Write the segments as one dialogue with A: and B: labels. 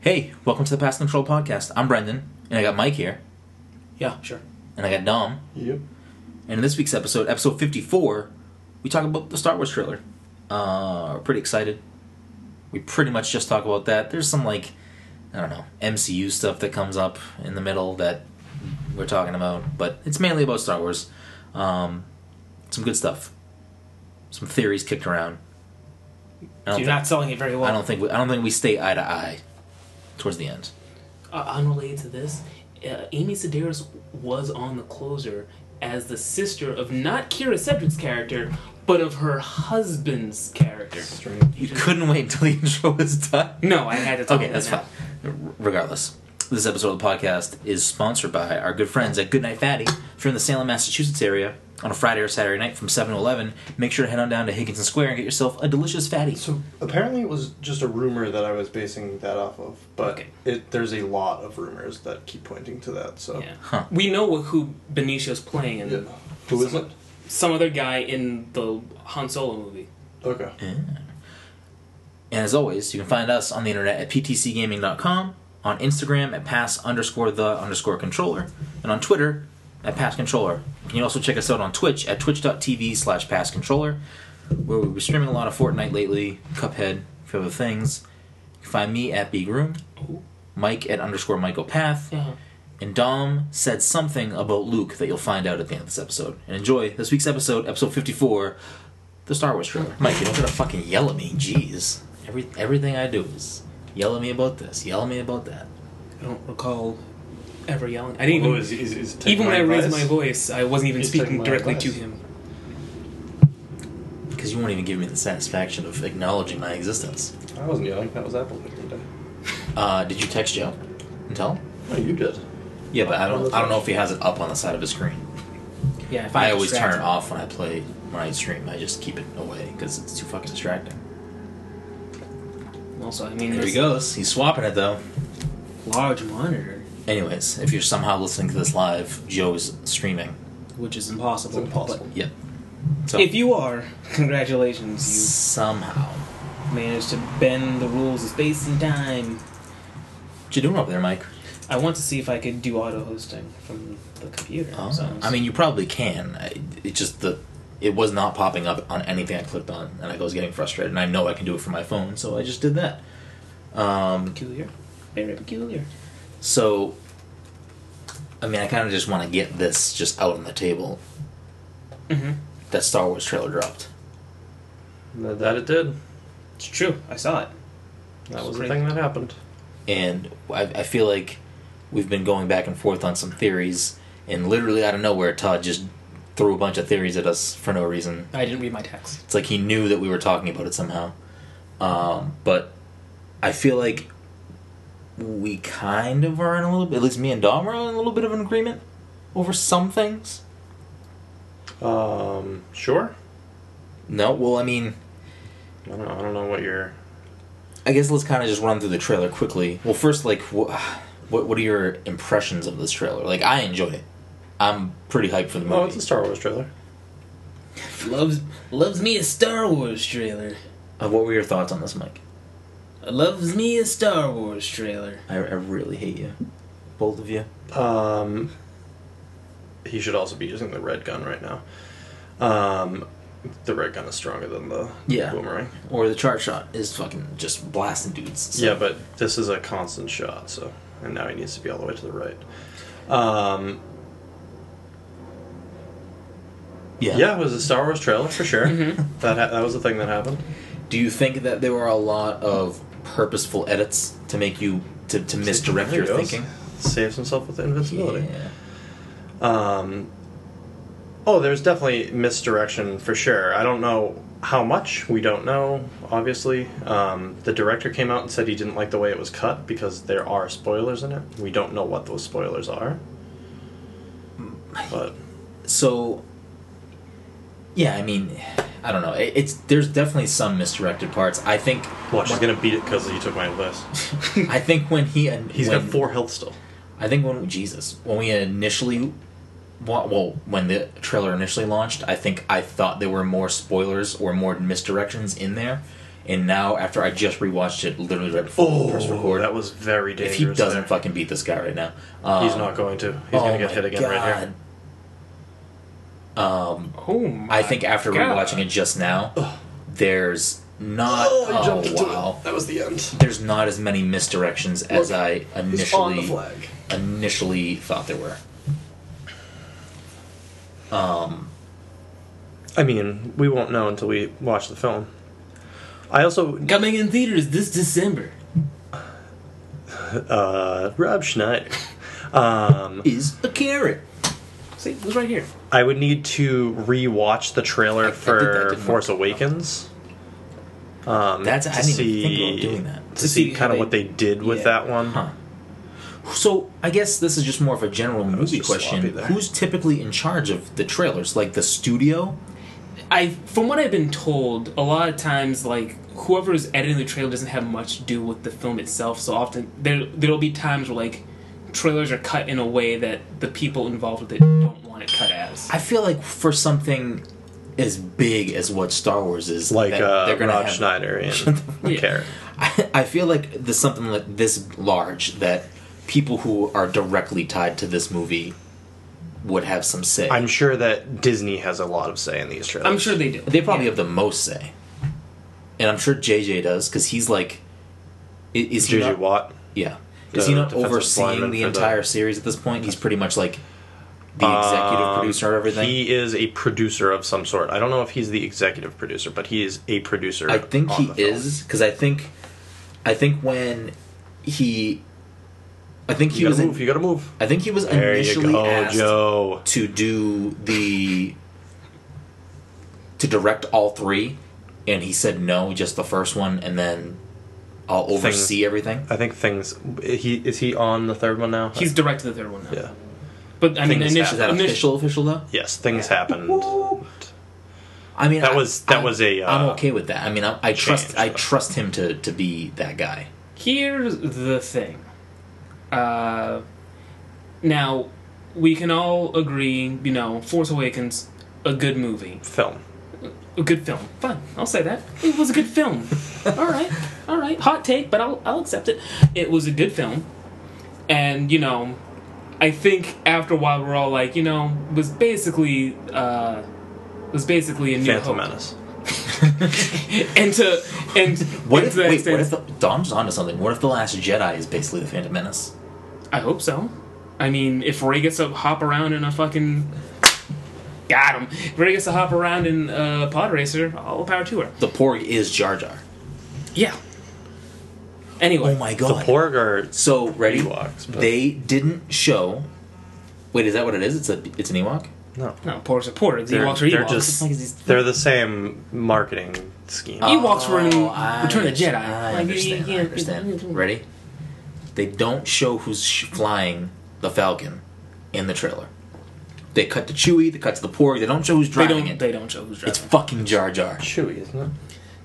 A: Hey, welcome to the Pass Control Podcast. I'm Brendan, and I got Mike here,
B: Yeah, sure.
A: and I got Dom.
C: Yep.
A: And in this week's episode, episode 54, we talk about the Star Wars trailer. Uh, we're pretty excited. We pretty much just talk about that. There's some, like, I don't know, MCU stuff that comes up in the middle that we're talking about, but it's mainly about Star Wars. Um, some good stuff. Some theories kicked around. I don't,
B: You're
A: think,
B: not selling it very well.
A: I don't think we, I don't think we stay eye to eye towards the end.
D: uh, unrelated to this, uh, Amy Sedaris was on the closer as the sister of not Kira Sedgwick's character, but of her husband's character.
A: You couldn't wait until the intro was done.
D: No, I had to talk
A: Okay,
D: about
A: that's
D: that.
A: fine. R- Regardless, this episode of the podcast is sponsored by our good friends at Goodnight Fatty. If you're in the Salem, Massachusetts area on a Friday or Saturday night from 7 to 11, make sure to head on down to Higginson Square and get yourself a delicious fatty.
C: So apparently it was just a rumor that I was basing that off of, but
D: Okay.
C: it, there's a lot of rumors that keep pointing to that. So
D: Yeah.
A: Huh.
D: We know who Benicio's playing, and
C: Yeah. who is it?
D: some other guy in the Han Solo movie.
C: Okay.
A: And as always, you can find us on the internet at ptcgaming.com, on Instagram at pass underscore the underscore controller, and on Twitter at pass controller. You can also check us out on Twitch at twitch.tv slash pass controller, where we've been streaming a lot of Fortnite lately, Cuphead, a few other things. You can find me at Big Room,
D: Ooh.
A: Mike at underscore Michael Path,
D: Yeah.
A: and Dom said something about Luke that you'll find out at the end of this episode. And enjoy this week's episode, episode 54, the Star Wars trailer. Mike, you don't gotta fucking yell at me. Jeez. Every, everything I do is yell at me about this, yell at me about that.
D: I don't recall ever yelling. I didn't even.
E: is, is, is taking
D: even when I
E: my
D: raised
E: advice?
D: my voice, I wasn't even
C: He's taking
D: speaking
C: my
D: directly to
C: advice.
D: him.
A: Because you won't even give me the satisfaction of acknowledging my existence.
C: I wasn't yelling. That was Apple picking day.
A: Uh, did you text Joe and tell him?
C: No, you did.
A: Yeah, but I don't, I don't know if he has it up on the side of his screen.
D: Yeah, if
A: I
D: I'm
A: always turn
D: distracted.
A: it off when I play, when I stream. I just keep it away because it's too fucking distracting.
D: Also, I mean,
A: There he
D: there's
A: goes. He's swapping it though.
D: large monitor,
A: Anyways, if you're somehow listening to this live, Joe is streaming.
D: which is impossible.
C: It's impossible.
A: Yep. So
D: If you are, congratulations,
A: somehow,
D: you managed to bend the rules of space and time.
A: what you doing over there, Mike?
D: I want to see if I could do auto hosting from the computer. so-
A: Oh, I mean, you probably can. I, it just the it was not popping up on anything I clicked on, and I was getting frustrated. And I know I can do it from my phone, so I just did that. Um,
D: peculiar, very peculiar.
A: so, I mean, I kind of just want to get this just out on the table.
D: Mm-hmm.
A: That Star Wars trailer dropped.
E: That, that it did.
D: It's true. I saw it.
E: That was the
D: Pretty-
E: thing that happened.
A: and I, I feel like we've been going back and forth on some theories, and literally out of nowhere, Todd just threw a bunch of theories at us for no reason.
D: I didn't read my text.
A: It's like he knew that we were talking about it somehow. Um, but I feel like we kind of are in a little bit, at least me and Dom are in a little bit of an agreement over some things.
E: Um, sure.
A: No, well, I mean,
E: I don't, I don't know what your
A: I guess let's kind of just run through the trailer quickly. Well, first, like, wh- what what are your impressions of this trailer? Like, I enjoyed it. I'm pretty hyped for the movie.
C: Oh, it's a Star Wars trailer.
D: Loves loves me a Star Wars trailer.
A: Uh, what were your thoughts on this, Mike?
D: Loves me a Star Wars trailer.
A: I, I really hate you, both of you.
C: Um, he should also be using the red gun right now. Um, the red gun is stronger than the
A: Yeah.
C: boomerang.
A: Or the chart shot is fucking just blasting dudes. so-
C: Yeah, but this is a constant shot, so and now he needs to be all the way to the right. Um,
A: yeah.
C: yeah, it was a Star Wars trailer for sure.
A: Mm-hmm.
C: That ha- that was the thing that happened.
A: Do you think that there were a lot of purposeful edits to make you to, to misdirect your
C: There he goes.
A: thinking?
C: Saves himself with invincibility.
A: Yeah.
C: Um, oh, there's definitely misdirection for sure. I don't know how much. We don't know, obviously. Um, the director came out and said he didn't like the way it was cut because there are spoilers in it. We don't know what those spoilers are. But
A: So. Yeah, I mean, I don't know. It, it's there's definitely some misdirected parts. I think.
C: watch, he's gonna beat it because he took my advice.
A: I think when he
C: He's
A: when,
C: got four health still.
A: I think when Jesus, when we initially, wa- well, when the trailer initially launched, I think I thought there were more spoilers or more misdirections in there, And now, after I just rewatched it, literally right before the first
C: Oh,
A: record,
C: that was very
A: if
C: dangerous.
A: he doesn't
C: there.
A: fucking beat this guy right now, um,
C: he's not going to. He's
A: oh
C: going to get
A: my
C: hit again right here.
A: God. Um,
D: Oh my
A: I think after
D: God.
A: rewatching it just now, there's not.
C: Oh, I
A: Oh,
C: jumped into
A: wow.
C: it. That was the end.
A: There's not as many misdirections as
C: Look,
A: I
C: It's on the
A: initially
C: flag.
A: initially thought there were.
C: I mean, we won't know until we watch the film. I also
D: coming in theaters this December.
C: uh, Rob Schneider. Um,
A: Is a carrot.
D: See, it was right here.
C: I would need to re-watch the trailer
A: I did that,
C: for
A: didn't I?
C: Force Awakens. Um,
A: That's I
C: to
A: didn't even think
C: see-
A: about doing that.
C: to,
D: To
C: see,
D: see how
C: kind of
D: they-
C: what they did with
D: yeah.
C: that one.
A: Huh. So I guess this is just more of a general
C: was
A: movie
C: just sloppy
A: question.
C: there.
A: Who's typically in charge of the trailers? Like the studio?
D: I, from what I've been told, a lot of times like whoever is editing the trailer doesn't have much to do with the film itself. So often there there'll be times where like trailers are cut in a way that the people involved with it don't want it cut as.
A: I feel like for something as big as what Star Wars is,
C: Like
A: that
C: uh,
A: they're gonna
C: Rob
A: have-
C: Schneider and
D: Yeah.
C: Carrot.
A: I, I feel like there's something like this large that people who are directly tied to this movie would have some say.
C: I'm sure that Disney has a lot of say in these trailers.
D: I'm sure they do.
A: they probably
D: Yeah.
A: have the most say, and I'm sure JJ does because he's like, i- is he
C: JJ
A: not,
C: Watt.
A: yeah, is
C: the
A: he not
C: defensive
A: overseeing
C: lineman
A: the
C: for the-
A: entire series at this point? He's pretty much like the executive
C: Um,
A: producer of everything.
C: He is a producer of some sort. I don't know if he's the executive producer, but he is a producer.
A: I think
C: on
A: he
C: the film.
A: is because I think, I think when he, I think he
C: You
A: was
C: gotta
A: in-
C: move. You gotta move.
A: I think he was
C: There you
A: initially
C: go,
A: asked
C: Joe.
A: to do the to direct all three, and he said no, just the first one, and then I'll oversee everything.
C: I think things. He is he on the third one now?
D: He's directed the third one now.
C: yeah.
D: But I mean,
C: Think it's
A: Is
D: initially,
A: that official? Official though?
C: Yes, things happened.
A: I mean,
C: That
A: I-
C: was- that
A: I-
C: was a, uh,
A: I'm okay with that. I mean, I, I trust.
C: change,
A: I
C: though.
A: trust him to to be that guy.
D: Here's the thing. Uh, now, we can all agree, you know, Force Awakens, a good movie.
C: Film.
D: A good film. Fine, I'll say that. It was a good film. all right, all right. Hot take, but I'll, I'll accept it. It was a good film. And, you know, I think after a while we're all like, you know, it was basically, uh, it was basically a new
C: Phantom
D: hope.
C: Menace.
D: And to, and,
A: What
D: and
A: if,
D: to that
A: wait,
D: extent-
A: what if the, Dom's onto something? What if the Last Jedi is basically the Phantom Menace?
D: I hope so. I mean, if Ray gets to hop around in a fucking. Got him. If Ray gets to hop around in a pod racer, all power to her.
A: The Porg is Jar Jar.
D: Yeah.
A: Oh
D: Anyway.
A: my
C: The
A: god!
C: Porg are
A: So ready?
C: Ewoks, but-
A: They didn't show. Wait, is that what it is? It's a it's an Ewok.
C: no.
D: no, Porgs are Porgs.
C: They're,
D: Ewoks are Ewoks.
C: they're just they're the same marketing scheme.
D: Ewoks were in
A: Oh, I
D: Return of the Jedi.
A: understand, I
D: Like,
A: understand.
D: yeah,
A: I understand. Ready? They don't show who's sh- flying the Falcon in the trailer. They cut to Chewie. They cut to the Porg. They don't show who's
D: They
A: driving
D: don't,
A: it.
D: they don't show who's driving.
A: It's fucking Jar Jar.
C: Chewy, isn't it?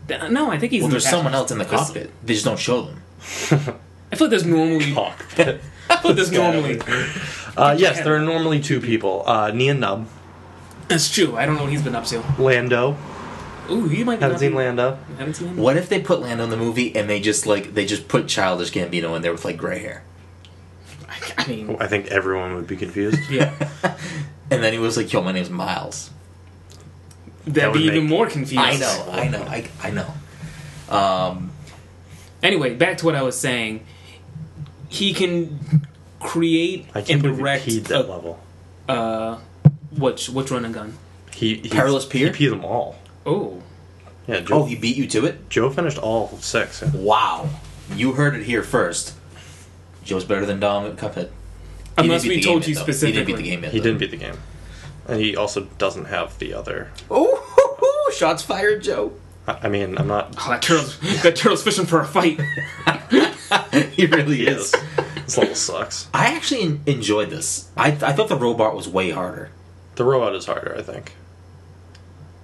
D: Th- no, I think he's
A: Well,
D: in the
A: there's someone
D: passenger-
A: else in the
D: there's-
A: cockpit. They just don't show them.
D: I feel like there's normally.
C: Cockpit.
D: I feel like there's normally.
C: Uh, yes, there are normally two people. Uh, Nia Nub,
D: That's true. I don't know what he's been up to.
C: Lando.
D: Ooh, he might be.
C: Haven't
D: up
C: seen
D: to-
C: Lando.
D: Haven't seen him.
A: What if they put Lando in the movie and they just like they just put childish Gambino in there with like gray hair,
D: I mean,
C: I think everyone would be confused.
D: yeah.
A: and then he was like, "Yo, my name's Miles."
D: That'd
C: would
D: be even
C: make-
D: more confusing.
A: I know, I know, I, I know. Um,
D: Anyway, back to what I was saying. He can create
C: I can't
D: and
C: believe
D: direct
C: he peed that
D: a,
C: level.
D: uh, which which run and gun.
C: He, he
A: Perilous
C: he
A: Pier?
C: peed them all.
D: Oh,
C: Yeah, Joe,
A: oh, he beat you to it.
C: Joe finished all six.
A: Wow, you heard it here first. Joe's better than Dom at Cuphead. He
D: unless
A: didn't beat
D: we
A: the
D: told
A: game
D: you
A: yet, though.
D: specifically.
A: he didn't beat the game yet.
C: He
A: though.
C: didn't beat the game, and he also doesn't have the other.
A: Oh, shots fired, Joe.
C: I I mean, I'm not.
D: Oh, that turtle's that turtle's fishing for a fight.
A: he really is.
C: Yes, this level sucks.
A: I actually en- enjoyed this. I I thought the robot was way harder.
C: The robot is harder, I think.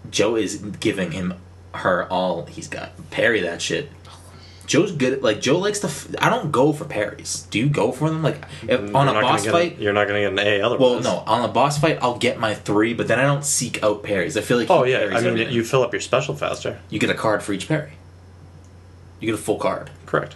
A: Joe is giving him her all he's got. Parry that shit. Joe's good at like Joe likes to. F- I don't go for parries. Do you go for them? Like if, on a
C: Mm, You're not gonna
A: boss
C: get-
A: fight.
C: you're not going to get an A otherwise.
A: Well, no, on a boss fight, I'll get my three, but then I don't seek out parries. I feel like he
C: Oh yeah,
A: parries
C: I mean,
A: everything.
C: you fill up your special faster.
A: you get a card for each parry. you get a full card.
C: Correct.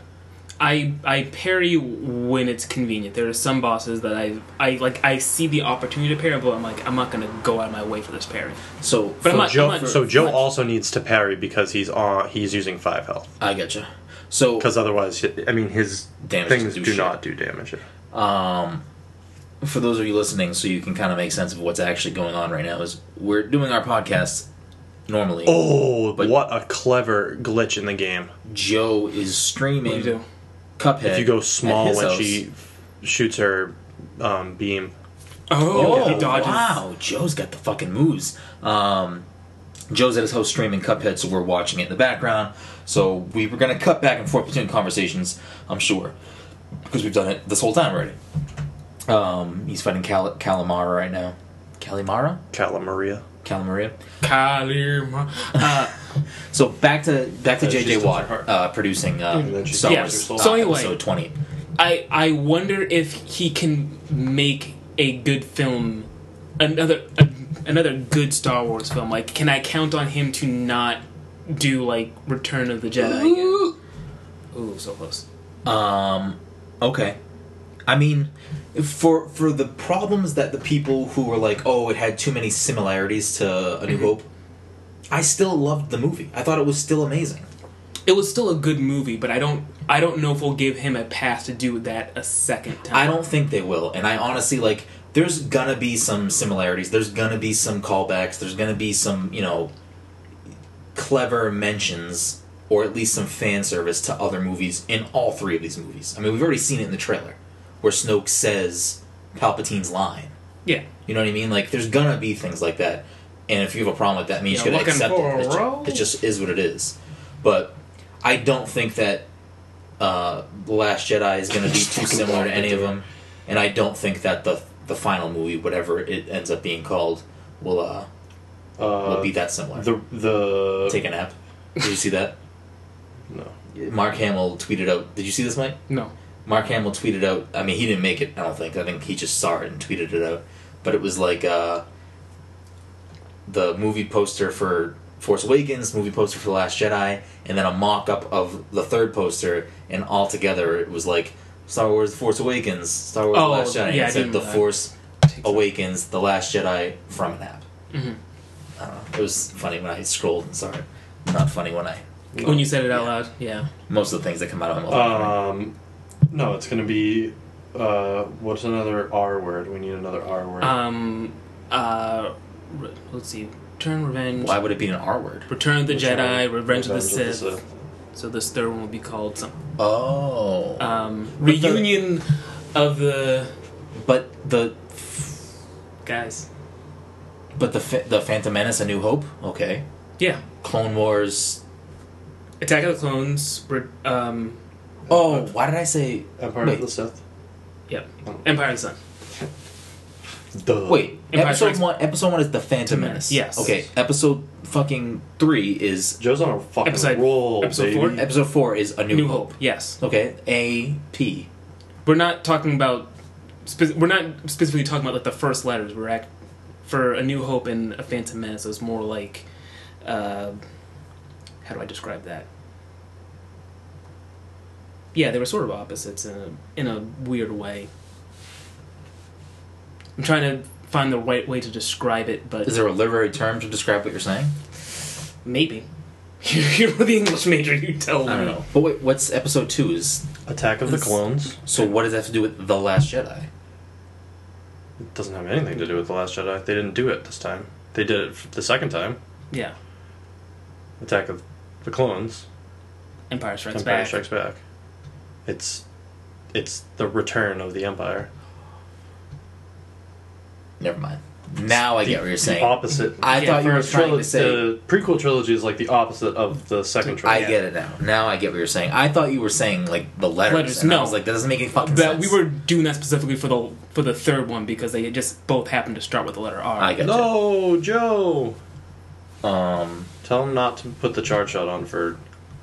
D: I I parry when it's convenient. There are some bosses that I I like. I see the opportunity to parry, but I'm like I'm not gonna go out of my way for this parry.
A: So,
D: But
A: for-
D: I'm not-
C: Joe,
D: I'm not-
C: so Joe
D: I'm not-
C: also needs to parry because he's on. He's using five health
A: I gotcha. So
C: because otherwise, I mean, his
A: Damage
C: things
A: doesn't do
C: do
A: shit.
C: not do damage.
A: for those of you listening, so you can kind of make sense of what's actually going on right now, is we're doing our podcast normally.
C: Oh, what a clever glitch in the game!
A: Joe is streaming
D: What do you do?
A: Cuphead.
C: If you go
A: at
C: small
A: his
C: when
A: house.
C: she shoots her um, beam,
D: Oh,
A: Oh,
D: he dodges.
A: wow. Joe's got the fucking moves. Um, Joe's at his house streaming Cuphead, so we're watching it in the background. So we were going to cut back and forth between conversations, I'm sure, because we've done it this whole time already. Um, he's fighting Cal- Calamara right now. Calimara?
C: Calamaria.
A: Calamaria?
D: Kalima. Uh,
A: So back to back to
C: Uh, she
A: JJ
C: still
A: Watt
C: hurt.
A: uh, producing um,
C: then she
A: Star
D: Yeah,
A: Wars.
D: so
A: uh,
D: anyway.
A: episode twenty.
D: I I wonder if he can make a good film, another a, another good Star Wars film. Like, can I count on him to not do like Return of the Jedi again? Ooh, so close.
A: Um, okay. I mean, for for the problems that the people who were like, oh, it had too many similarities to A New Hope, I still loved the movie. I thought it was still amazing.
D: It was still a good movie, but I don't I don't know if we'll give him a pass to do that a second time.
A: I don't think they will, and I honestly like. There's gonna be some similarities. There's gonna be some callbacks. There's gonna be some you know clever mentions or at least some fan service to other movies in all three of these movies. I mean, we've already seen it in the trailer where Snoke says Palpatine's line.
D: Yeah.
A: You know what I mean? Like, there's gonna be things like that, and if you have a problem with that, it means
D: Yeah,
A: you gotta
D: looking
A: accept
D: for a
A: it. It's ju-
D: role?
A: it just is what it is. But I don't think that uh, the Last Jedi is gonna be too similar to any of them, and I don't think that the the final movie, whatever it ends up being called, will uh, will
C: Uh,
A: be that similar.
C: the the
A: Take a nap. Did you see that?
C: no.
A: Mark Hamill tweeted out. Did you see this, Mike?
D: No.
A: Mark Hamill tweeted out. I mean, he didn't make it. I don't think. I think he just saw it and tweeted it out. But it was like uh, the movie poster for Force Awakens, movie poster for The Last Jedi, and then a mock up of the third poster, and all together it was like Star Wars: The Force Awakens, Star Wars:
D: Oh,
A: The Last Jedi.
D: yeah, I
A: it said
D: didn't-
A: The
D: I-
A: Force Awakens, The Last Jedi from an app.
D: Mm-hmm.
A: I don't know. It was funny when I scrolled and saw it. Not funny when I.
D: When you said it out loud, yeah.
A: Most of the things that come out of my mouth.
D: Uh.
C: Um, no, it's gonna be. Uh, what's another R word? We need another R word.
D: Um, uh, re- let's see. Return Revenge.
A: Why would it be an R word?
D: Return of the
C: Which
D: Jedi,
C: one?
D: Revenge of the Sith.
C: Sith.
D: So this third one will be called some
A: Oh.
D: um,
A: But the-
D: reunion of the
A: But the
D: guys.
A: but the Fa- the Phantom Menace: A New Hope, okay.
D: Yeah,
A: Clone Wars.
D: Attack of the Clones. re- Um,
A: Oh, why did I say?
C: Empire
A: wait,
C: of the Sith.
D: yep, Empire of the Sun.
C: Duh.
A: wait.
D: Empire
A: episode
D: Strikes-
A: one. Episode one is the Phantom Menace.
D: Menace, yes.
A: Okay. Episode fucking three is
C: Joe's on a fucking
D: Episode-
C: roll.
D: episode
C: baby.
D: four?
A: episode four is A New,
D: New
A: Hope.
D: Hope. Yes,
A: Okay. A P.
D: we're not talking about. Spe- we're not specifically talking about like the first letters. We're act for A New Hope and A Phantom Menace. It was more like, uh, how do I describe that? Yeah, they were sort of opposites in a in a weird way. I'm trying to find the right way to describe it, but
A: Is there a literary term to describe what you're saying?
D: maybe you're the English major. You tell me.
A: I don't know. But wait, what's episode two? Is
C: Attack of the Clones.
A: so? What does that have to do with the Last Jedi?
C: It doesn't have anything to do with the Last Jedi. They didn't do it this time. They did it f- the second time.
D: Yeah,
C: Attack of the Clones.
D: Empire Strikes
C: Empire
D: Back.
C: Strikes Back. It's it's the return of the Empire.
A: Never mind. Now I
C: The-
A: get what you're
C: the
A: saying.
C: opposite.
A: I
D: Yeah,
A: thought you were
C: First
A: trying
C: trilo-
A: to say
C: the prequel trilogy is like the opposite of the second
A: I
C: trilogy.
A: get it now. Now I get what you're saying. I thought you were saying like the letters.
D: Letters,
A: and I
D: no.
A: was like that doesn't make any fucking
D: That
A: sense.
D: we were doing that specifically for the for the third one because they just both happened to start with the letter R.
A: I got
C: No, Joe.
A: you. Um,
C: Tell him not to put the charge shot on for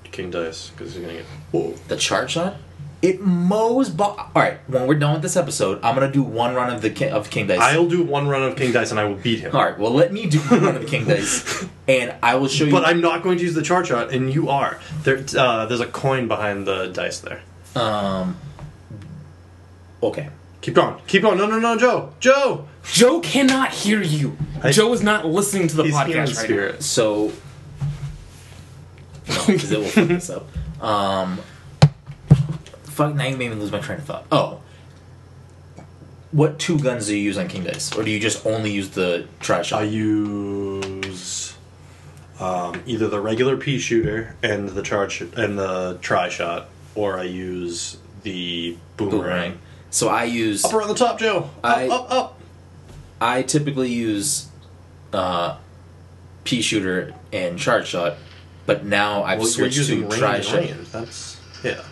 C: King Dice because he's gonna get.
A: the chart shot. It mows. Bo- All right, when we're done with this episode, I'm gonna do one run of the Ki- of King Dice.
C: I'll do one run of King Dice and I will beat him.
A: All right, well, let me do one run of the King Dice, and I will show you.
C: But I'm not going to use the charge shot, and you are. There, uh, there's a coin behind the dice there.
A: um. Okay.
C: Keep going. Keep going. No, no, no, Joe. Joe.
D: Joe cannot hear you.
C: I-
D: Joe is not listening to the
C: He's here in
D: podcast right
C: spirit.
A: So, no, because it will fuck this up. Um, fuck, now you made me lose my train of thought. Oh, what two guns do you use on King Dice, or do you just only use the try
C: I
A: shot?
C: use um, either the regular pea shooter and the charge and the try shot, or I use the boomerang.
A: Boomerang. So I use.
C: Up around the top, Joe. Up,
A: I-
C: up, up.
A: I typically use uh, pea shooter and charge shot, but now I've
C: Well,
A: switched to
C: range
A: try
C: and
A: shot.
C: range. That's yeah.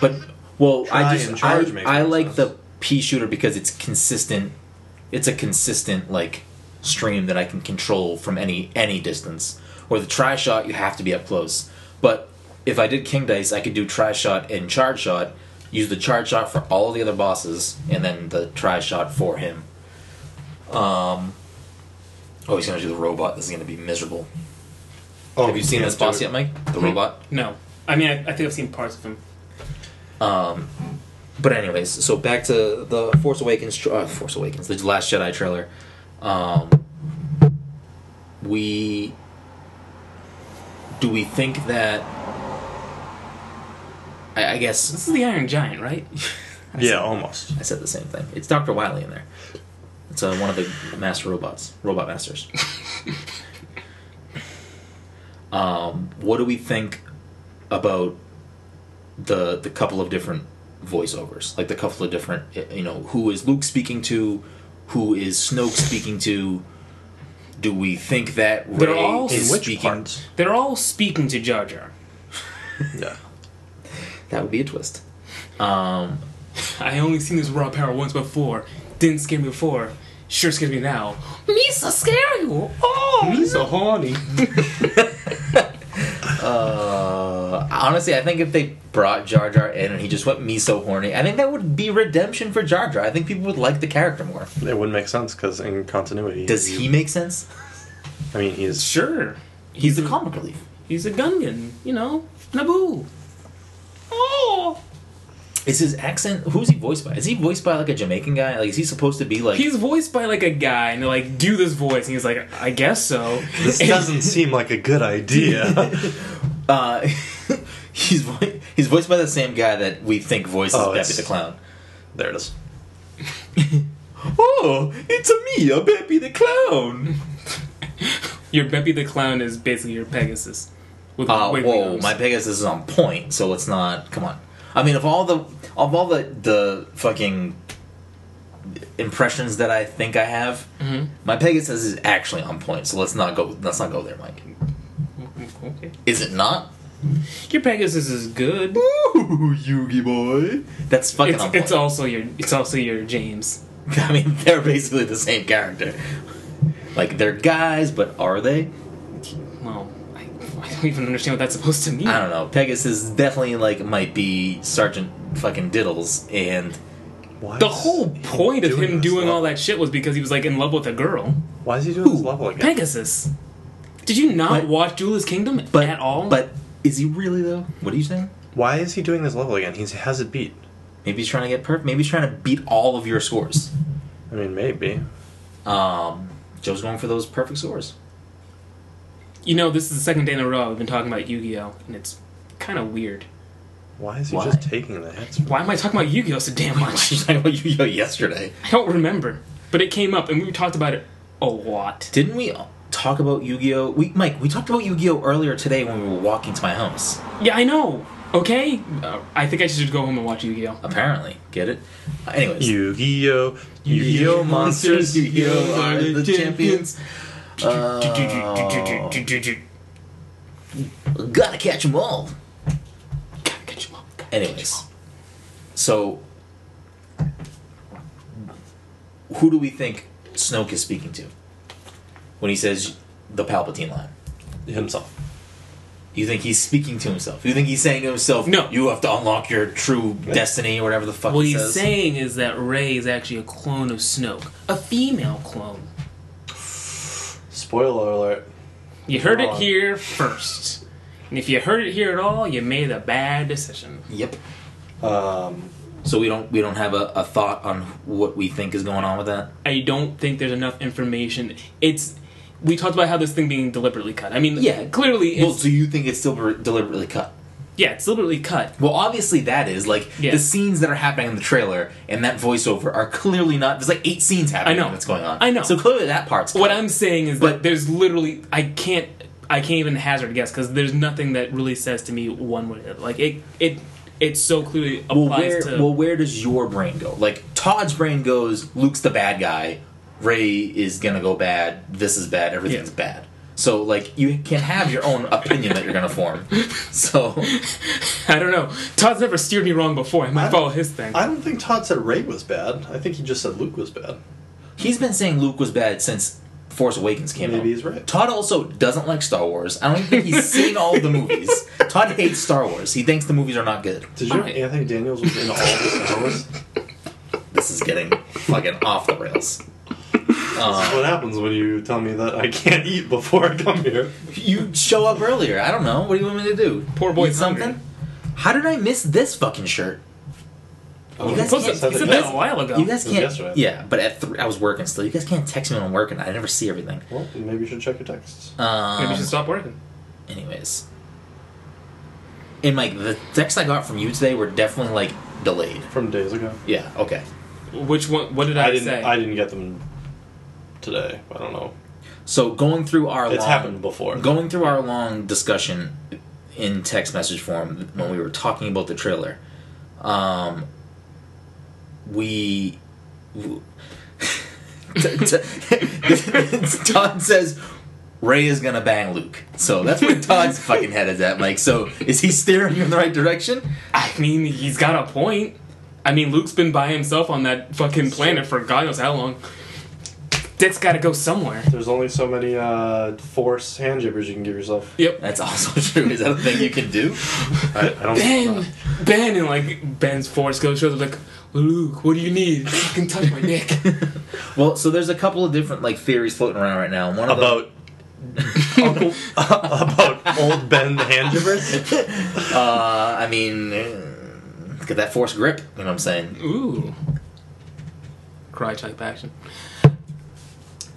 A: But well,
C: Try
A: I just
C: and charge
A: I,
C: makes
A: I
C: more
A: like
C: sense.
A: the pea shooter because it's consistent. It's a consistent like stream that I can control from any any distance. Or the try shot, you have to be up close. But if I did king dice, I could do try shot and charge shot. Use the charge shot for all the other bosses, and then the try shot for him. Um. Oh, he's gonna do the robot. This is gonna be miserable.
C: Oh,
A: Have you seen
C: yeah, Hmm?
A: this boss
C: Joe.
A: yet, Mike? The robot.
D: No. I mean, I, I think I've seen parts of him.
A: But anyways, so back to the Force Awakens, tra- uh, Force Awakens, the Last Jedi trailer. Um, we do we think that? I, I guess
D: This is the Iron Giant, right?
C: Yeah, almost.
A: I said the same thing. It's Doctor Wiley in there. It's uh, one of the master robots, robot masters. um, what do we think about the the couple of different voiceovers? Like the couple of different, you know, who is Luke speaking to? Who is Snoke speaking to? Do we think that Ray
D: They're all
A: is
C: In which
A: speaking?
C: parts?
D: They're all speaking to Jar Jar.
C: Yeah.
A: That would be a twist. Um,
D: I only seen this raw power once before. Didn't scare me before. Sure scares me now. Me so scary. Oh.
C: He's so horny.
A: Uh, honestly, I think if they brought Jar Jar in and he just went me so horny, I think that would be redemption for Jar Jar. I think people would like the character more.
C: It wouldn't make sense because in continuity,
A: Does
C: you-
A: he make sense?
C: I mean, he's
D: Sure.
A: He's the comic relief.
D: He's a Gungan. You know, Naboo. Oh.
A: Is his accent? Who's he voiced by? Is he voiced by like a Jamaican guy? Like, is he supposed to be like?
D: He's voiced by like a guy, and they're like, "Do this voice," and he's like, "I guess so."
C: This doesn't seem like a good idea.
A: uh, he's vo- he's voiced by the same guy that we think voices
C: Oh,
A: Pepe
C: it's-
A: the Clown.
C: there it is.
A: Oh, it's a me, a Pepe the Clown.
D: Your Beppy the Clown is basically your Pegasus. With
A: Uh,
D: wiggly
A: whoa,
D: arms.
A: my Pegasus is on point, so let's not. Come on. I mean, of all the of all the the fucking impressions that I think I have,
D: Mm-hmm.
A: my Pegasus is actually on point. So let's not go. Let's not go there, Mike.
D: Okay.
A: Is it not?
D: Your Pegasus is good.
A: Ooh, Yugi boy. That's fucking
D: It's,
A: on point.
D: it's also your it's also your James.
A: I mean, they're basically the same character. Like they're guys, but are they?
D: Well, I, I don't even understand what that's supposed to mean.
A: I don't know. Pegasus definitely like might be Sergeant fucking Diddles, and
C: Why
D: The
C: is
D: whole
C: he
D: point of him
C: this
D: doing all
C: level?
D: that shit was because he was like in love with a girl.
C: Why is he doing this level again?
D: Pegasus. Did you not
A: But-
D: watch Duelist Kingdom
A: but
D: at all?
A: But is he really though? What are you saying?
C: Why is he doing this level again? He has it beat.
A: Maybe he's trying to get perfect. Maybe he's trying to beat all of your scores.
C: I mean, maybe.
A: Um, Joe's going for those perfect scores.
D: you know, this is the second day in a row I've been talking about Yu-Gi-Oh, and it's kind of weird.
C: Why is he
A: Why?
C: just taking the hits?
D: Why am I talking about Yu-Gi-Oh so damn much?
A: She's talking about you yo yesterday.
D: I don't remember, but it came up, and we talked about it a lot.
A: Didn't we talk about Yu-Gi-Oh? We Mike, we talked about Yu-Gi-Oh earlier today when we were walking to my house.
D: Yeah, I know. Okay, uh, I think I should go home and watch Yu-Gi-Oh.
A: Apparently, get it. Uh, anyways,
C: Yu-Gi-Oh! Yu-Gi-Oh! Monsters!
A: Yu-Gi-Oh are the champions. Uh,
D: Oh.
A: Gotta catch 'em all.
D: Gotta catch 'em all, gotta catch 'em
A: Anyways, so who do we think Snoke is speaking to when he says the Palpatine line?
C: Himself.
A: You think he's speaking to himself? You think he's saying to himself,
D: No.
A: you have to unlock your true destiny or whatever the fuck
D: What
A: he
D: he's
A: says.
D: saying is that Ray is actually a clone of Snoke, a female clone.
C: Spoiler alert.
D: You heard it
C: Wrong.
D: here first. And if you heard it here at all, you made a bad decision.
A: Yep.
C: Um,
A: So we don't we don't have a, a thought on what we think is going on with that.
D: I don't think there's enough information. It's we talked about how this thing being deliberately cut. I mean,
A: Yeah.
D: clearly, it's,
A: Well, so you think it's still deliber- deliberately cut?
D: yeah, it's deliberately cut.
A: Well, obviously that is like
D: Yeah.
A: the scenes that are happening in the trailer and that voiceover are clearly not. There's like eight scenes happening.
D: I know.
A: that's going on.
D: I know.
A: So clearly that part's
D: What
A: cut.
D: I'm saying is that
A: But-
D: there's literally I can't I can't even hazard a guess because there's nothing that really says to me one way or the other. like it it it so clearly applies
A: well, where
D: to
A: well where does your brain go? Like Todd's brain goes, Luke's the bad guy, Ray is gonna go bad, this is bad, everything's
D: Yeah.
A: bad. So like you can have your own opinion that you're gonna form. So
D: I don't know. Todd's never steered me wrong before. I might
C: I-
D: follow his thing.
C: I don't think Todd said Ray was bad. I think he just said Luke was bad.
A: he's been saying Luke was bad since Force Awakens came out.
C: Maybe he's right.
A: Todd also doesn't like Star Wars. I don't think he's seen all of the movies. Todd hates Star Wars. He thinks the movies are not good.
C: Did you know
D: Alright.
C: Anthony Daniels was in all of the Star Wars?
A: This is getting fucking off the rails.
C: That's what happens when you tell me that I can't eat before I come here.
A: You show up earlier. I don't know. What do you want me to do?
D: Poor boy's
A: Eat something.
D: hungry.
A: How did I miss this fucking shirt?
C: Oh,
A: You
D: He
A: guys
D: said
A: can't.
D: he said
C: you
D: that
C: guys-
D: a while ago.
A: You guys
C: It was
A: can't.
C: yesterday.
A: Yeah, but at three, I was working still. You guys can't text me when I'm working. I never see everything.
C: Well, maybe you should check your texts.
A: Um,
D: Maybe you should stop working.
A: Anyways, and like the texts I got from you today were definitely like delayed.
C: From days ago.
A: Yeah. Okay.
D: Which one? What did I,
C: I didn't.
D: say?
C: I didn't get them today. I don't know.
A: So going through our
C: It's
A: long,
C: happened before.
A: Going through our long discussion in text message form when we were talking about the trailer, um, we. w- T- t- Todd says Ray is gonna bang Luke, so that's where Todd's fucking head is at, Mike. So is he steering you in the right direction?
D: I mean, he's got a point. I mean, Luke's been by himself on that fucking planet for God knows how long. Dick's got to go somewhere.
C: There's only so many uh, force hand jibbers you can give yourself.
D: Yep.
A: That's also true. Is that a thing you can do?
C: I, I don't.
D: Ben, Ben, and like Ben's force goes shows up like, Luke, what do you need? You can touch my dick.
A: Well, so there's a couple of different like theories floating around right now. One of them-
C: about Uncle, about old Ben the hand jibbers.
A: Uh, I mean, eh, get that force grip. You know what I'm saying?
D: Ooh. Cry type action.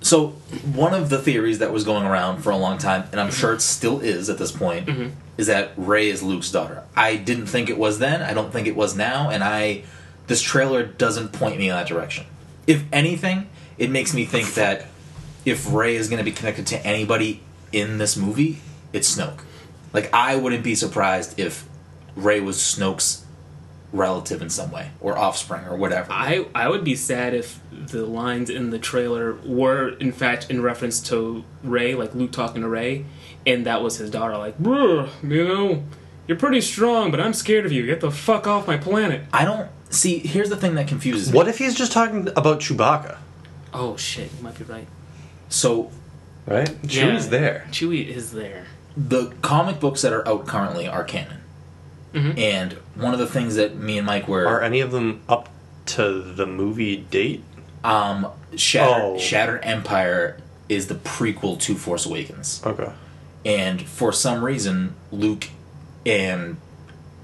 A: So one of the theories that was going around for a long time, and I'm sure it still is at this point, is that Ray is Luke's daughter. I didn't think it was then. I don't think it was now. And I, this trailer doesn't point me in that direction. If anything, it makes me think that if Ray is going to be connected to anybody in this movie, it's Snoke. Like I wouldn't be surprised if Ray was Snoke's relative in some way or offspring or whatever.
D: I I would be sad if the lines in the trailer were in fact in reference to Ray, like Luke talking to Ray, and that was his daughter. Like, "Bruh, you know, you're pretty strong, but I'm scared of you. Get the fuck off my planet.
A: I don't see. Here's the thing that confuses me.
C: What if he's just talking about Chewbacca?
D: Oh shit, you might be right.
A: So
C: Right? Chewie's
D: Yeah.
C: there.
D: Chewie is there.
A: the comic books that are out currently are canon,
C: Mm-hmm.
D: Mhm.
A: and one of the things that me and Mike were
C: Are any of them up to the movie date?
A: um, Shattered,
C: Oh.
A: Shattered Empire is the prequel to Force Awakens,
C: Okay.
A: and for some reason Luke and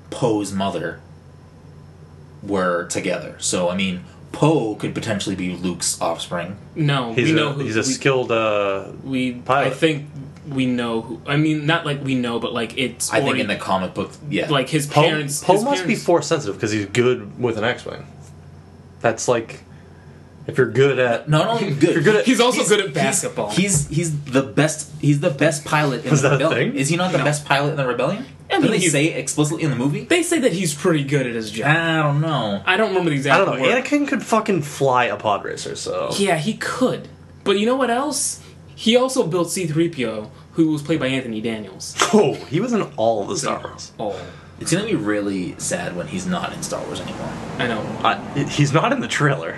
A: Poe's mother were together. So I mean, Poe could potentially be Luke's offspring.
D: No,
C: He's
D: we
C: a,
D: know who
C: he's a
D: we-
C: skilled. Uh,
D: we I
C: pilot.
D: think we know who I mean not like we know, but like it's
A: I think
D: already-
A: in the comic book, yeah,
D: like his
C: Poe
D: parents
C: Poe
D: his
C: must be
D: parents-
C: force sensitive because he's good with an X-wing. That's like if you're good at.
A: not only good,
C: You're good at-
D: He's also good at basketball.
A: He's he's the best. He's the best pilot in
C: Was
A: the
C: that a
A: rebellion.
C: thing?
A: Is he not the best pilot in the rebellion?
D: I mean,
A: Did they
D: he's-
A: say it explicitly in the movie?
D: they say that he's pretty good at his job.
A: I don't know.
D: I don't remember the
C: I
D: exact
C: don't know.
D: word.
C: Anakin could fucking fly a pod racer, so
D: Yeah, he could. But you know what else? He also built C3PO, who was played by Anthony Daniels.
C: oh, he was in all of the Star Wars.
D: Oh.
A: It's gonna be really sad when he's not in Star Wars anymore.
D: I know.
C: I, he's not in the trailer.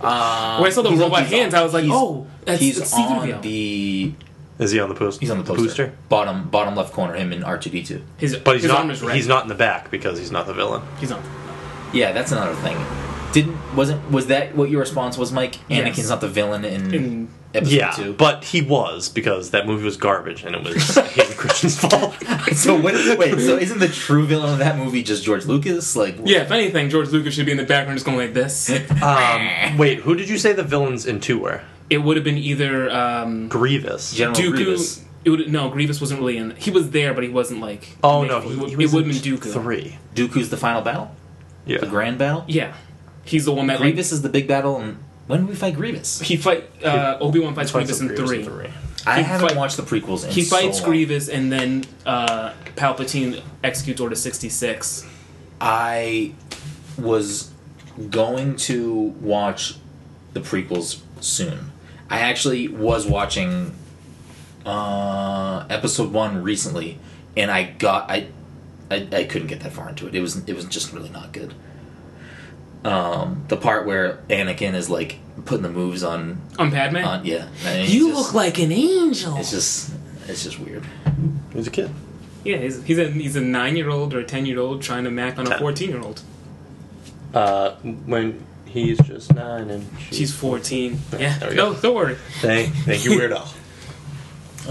A: Uh,
D: When I saw the
A: he's-
D: robot
A: Uh, he's-
D: hands, I was like,
A: he's-
D: oh, that's,
A: he's
D: that's
A: on
D: C3PO.
A: the
C: Is he on the post?
A: He's on the poster.
C: poster?
A: Bottom bottom left corner, him and R two D two.
D: His,
C: But he's
D: his
C: not.
D: arm is red.
C: He's not in the back because he's not the villain.
D: He's not.
A: Yeah, that's another thing. Didn't wasn't was that what your response was, Mike?
D: Yes.
A: Anakin's not the villain in,
D: In-
A: episode
C: yeah,
A: two.
C: but he was because that movie was garbage and it was him and Christian's fault.
A: so what is wait, so isn't the true villain of that movie just George Lucas? Like
D: Yeah, if anything, George Lucas should be in the background just going like this.
C: Um, wait, who did you say the villains in two were?
D: it would have been either um,
C: Grievous.
A: General
D: Dooku.
A: Grievous.
D: It would, no, Grievous wasn't really in. He was there, but he wasn't like.
C: Oh
D: main
C: no,
D: force.
C: he,
D: it, would-
C: he
D: it
C: was
D: would
C: in
D: have been Dooku.
C: three.
A: Dooku's the final battle?
C: Yeah,
A: The grand battle?
D: Yeah, he's the one that like,
A: Grievous is the big battle and when did we fight Grievous?
D: he fight. Uh, Obi Wan fights
C: Fights
D: Grievous in
C: with
D: three.
C: Grievous in
A: I
D: He
A: haven't
D: fight-
A: watched the prequels in
D: He fights
A: so long.
D: Grievous, and then uh, Palpatine executes Order sixty six.
A: I was going to watch the prequels soon. I actually was watching uh, episode one recently, and I got I, I I couldn't get that far into it. It was it was just really not good. Um, the part where Anakin is like putting the moves on
D: On Padme,
A: on yeah. and it's
D: you
A: just-
D: look like an angel.
A: it's just it's just weird.
C: He's a kid.
D: Yeah, he's he's a he's a nine year old or a ten year old trying to mac on a
C: Ten.
D: fourteen year old.
F: Uh, when he's just nine and
D: She's fourteen. Yeah,
C: There we
D: no,
C: go.
D: don't worry.
C: Thank, thank you, Weird Al.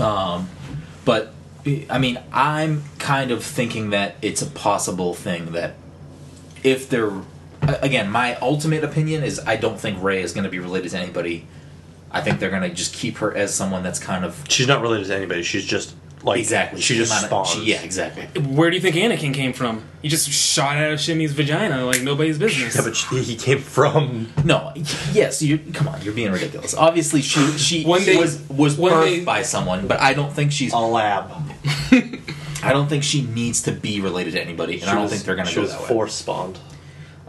A: Um, but I mean, I'm kind of thinking that it's a possible thing that if they're a- again, my ultimate opinion is I don't think Ray is going to be related to anybody. I think they're going to just keep her as someone that's kind of
C: She's not related to anybody. She's just like
A: exactly
C: She just
A: came out of-
C: spawns.
A: she- yeah, exactly.
D: Where do you think Anakin came from? He just shot out of Shimmy's vagina like nobody's business.
C: Yeah, but she, he came from.
A: No, yes, you come on, you're being ridiculous. Obviously, she she
D: One day-
A: was was
D: one
A: birthed
D: day-
A: by someone, but I don't think
C: Um,
A: she's
C: lab.
A: I don't think she needs to be related to anybody, and I don't think they're going to
C: She
A: go
C: was
A: that way.
C: force spawned.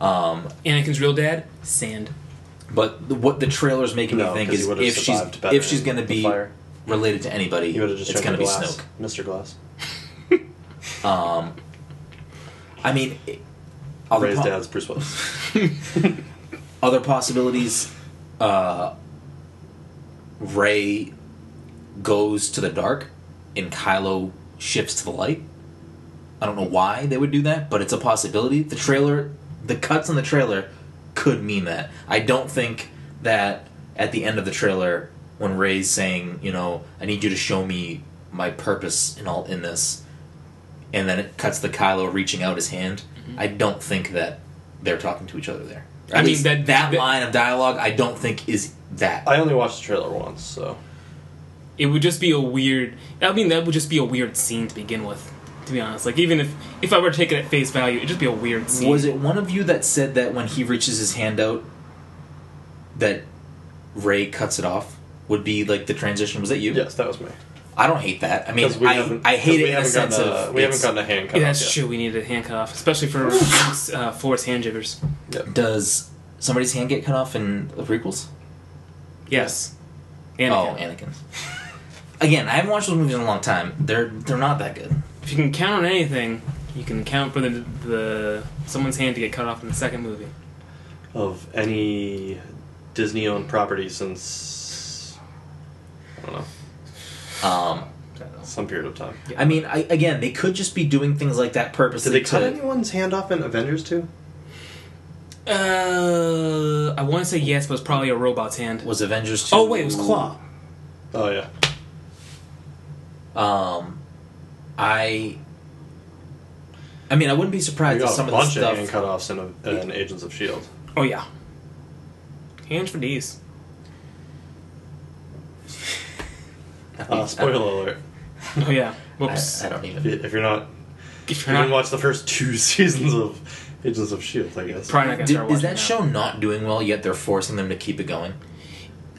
D: Anakin's real dad, sand.
A: But the, what the trailer's making
C: No,
A: me think
C: 'cause he
A: is
C: would've
A: if she's
C: survived better
A: if she's going to
C: in the
A: be
C: fire.
A: related to anybody,
C: He would have just
A: it's
C: turned
A: going to be
C: glass,
A: Snoke.
C: Mr. Glass.
A: I mean, it- other,
C: Ray's
A: po-
C: dad's Bruce Willis.
A: other possibilities. Uh, Ray goes to the dark, and Kylo shifts to the light. I don't know why they would do that, but it's a possibility. The trailer, the cuts in the trailer, could mean that. I don't think that at the end of the trailer, when Ray's saying, you know, I need you to show me my purpose and all in this, and then it cuts the Kylo reaching out his hand. I don't think that they're talking to each other there. Or
D: Mm-hmm. I
A: at
D: mean,
A: least
D: that-
A: that
D: that-
A: line of dialogue, I don't think is that.
C: I only watched the trailer once, so
D: It would just be a weird. I mean, that would just be a weird scene to begin with. To be honest, like even if if I were to take it at face value, it'd just be a weird scene.
A: Was it one of you that said that when he reaches his hand out, that Ray cuts it off? Would be like the transition. Was that you?
C: yes, that was me.
A: I don't hate that. I mean,
C: Because we
A: I,
C: haven't.
A: I
C: 'cause
A: hate
C: we
A: it in the
C: haven't
A: sense
C: gotten
A: of
C: we haven't
A: it's-
C: gotten a hand
D: Yeah,
C: cut
D: that's
C: yet.
D: true. We need a handcuff, especially for uh, force hand jiggers.
A: Does somebody's hand get cut off in the prequels?
D: Yes. Anakin.
A: Oh, Anakin. Again, I haven't watched those movies in a long time. They're they're not that good.
D: If you can count on anything, you can count for the the someone's hand to get cut off in the second movie.
C: Of any Disney-owned property since I don't know
A: Um,
C: some period of time.
A: I mean, I, again, they could just be doing things like that purposely.
C: Did they cut
A: to-
C: anyone's hand off in Avengers too?
D: Uh, I want to say yes, but it's probably a robot's hand.
A: Was Avengers? 2,
D: Oh wait, it was claw.
C: Oh yeah.
A: Um, I. I mean, I wouldn't be surprised
C: We
A: if
C: got
A: some of
C: a
A: the
C: bunch of
A: stuff.
C: hand cutoffs in, a, in Agents of Shield.
D: Oh yeah. Hands for D's.
C: Uh, spoiler alert:
D: Oh yeah.
A: I,
D: Whoops.
A: I don't even.
C: if you're not,
D: if
C: you
D: you're
C: didn't
D: not,
C: watch the first two seasons of Agents of Shield, I guess.
D: probably not gonna
A: Did-
D: start watching
A: is that show not doing well yet? They're forcing them to keep it going.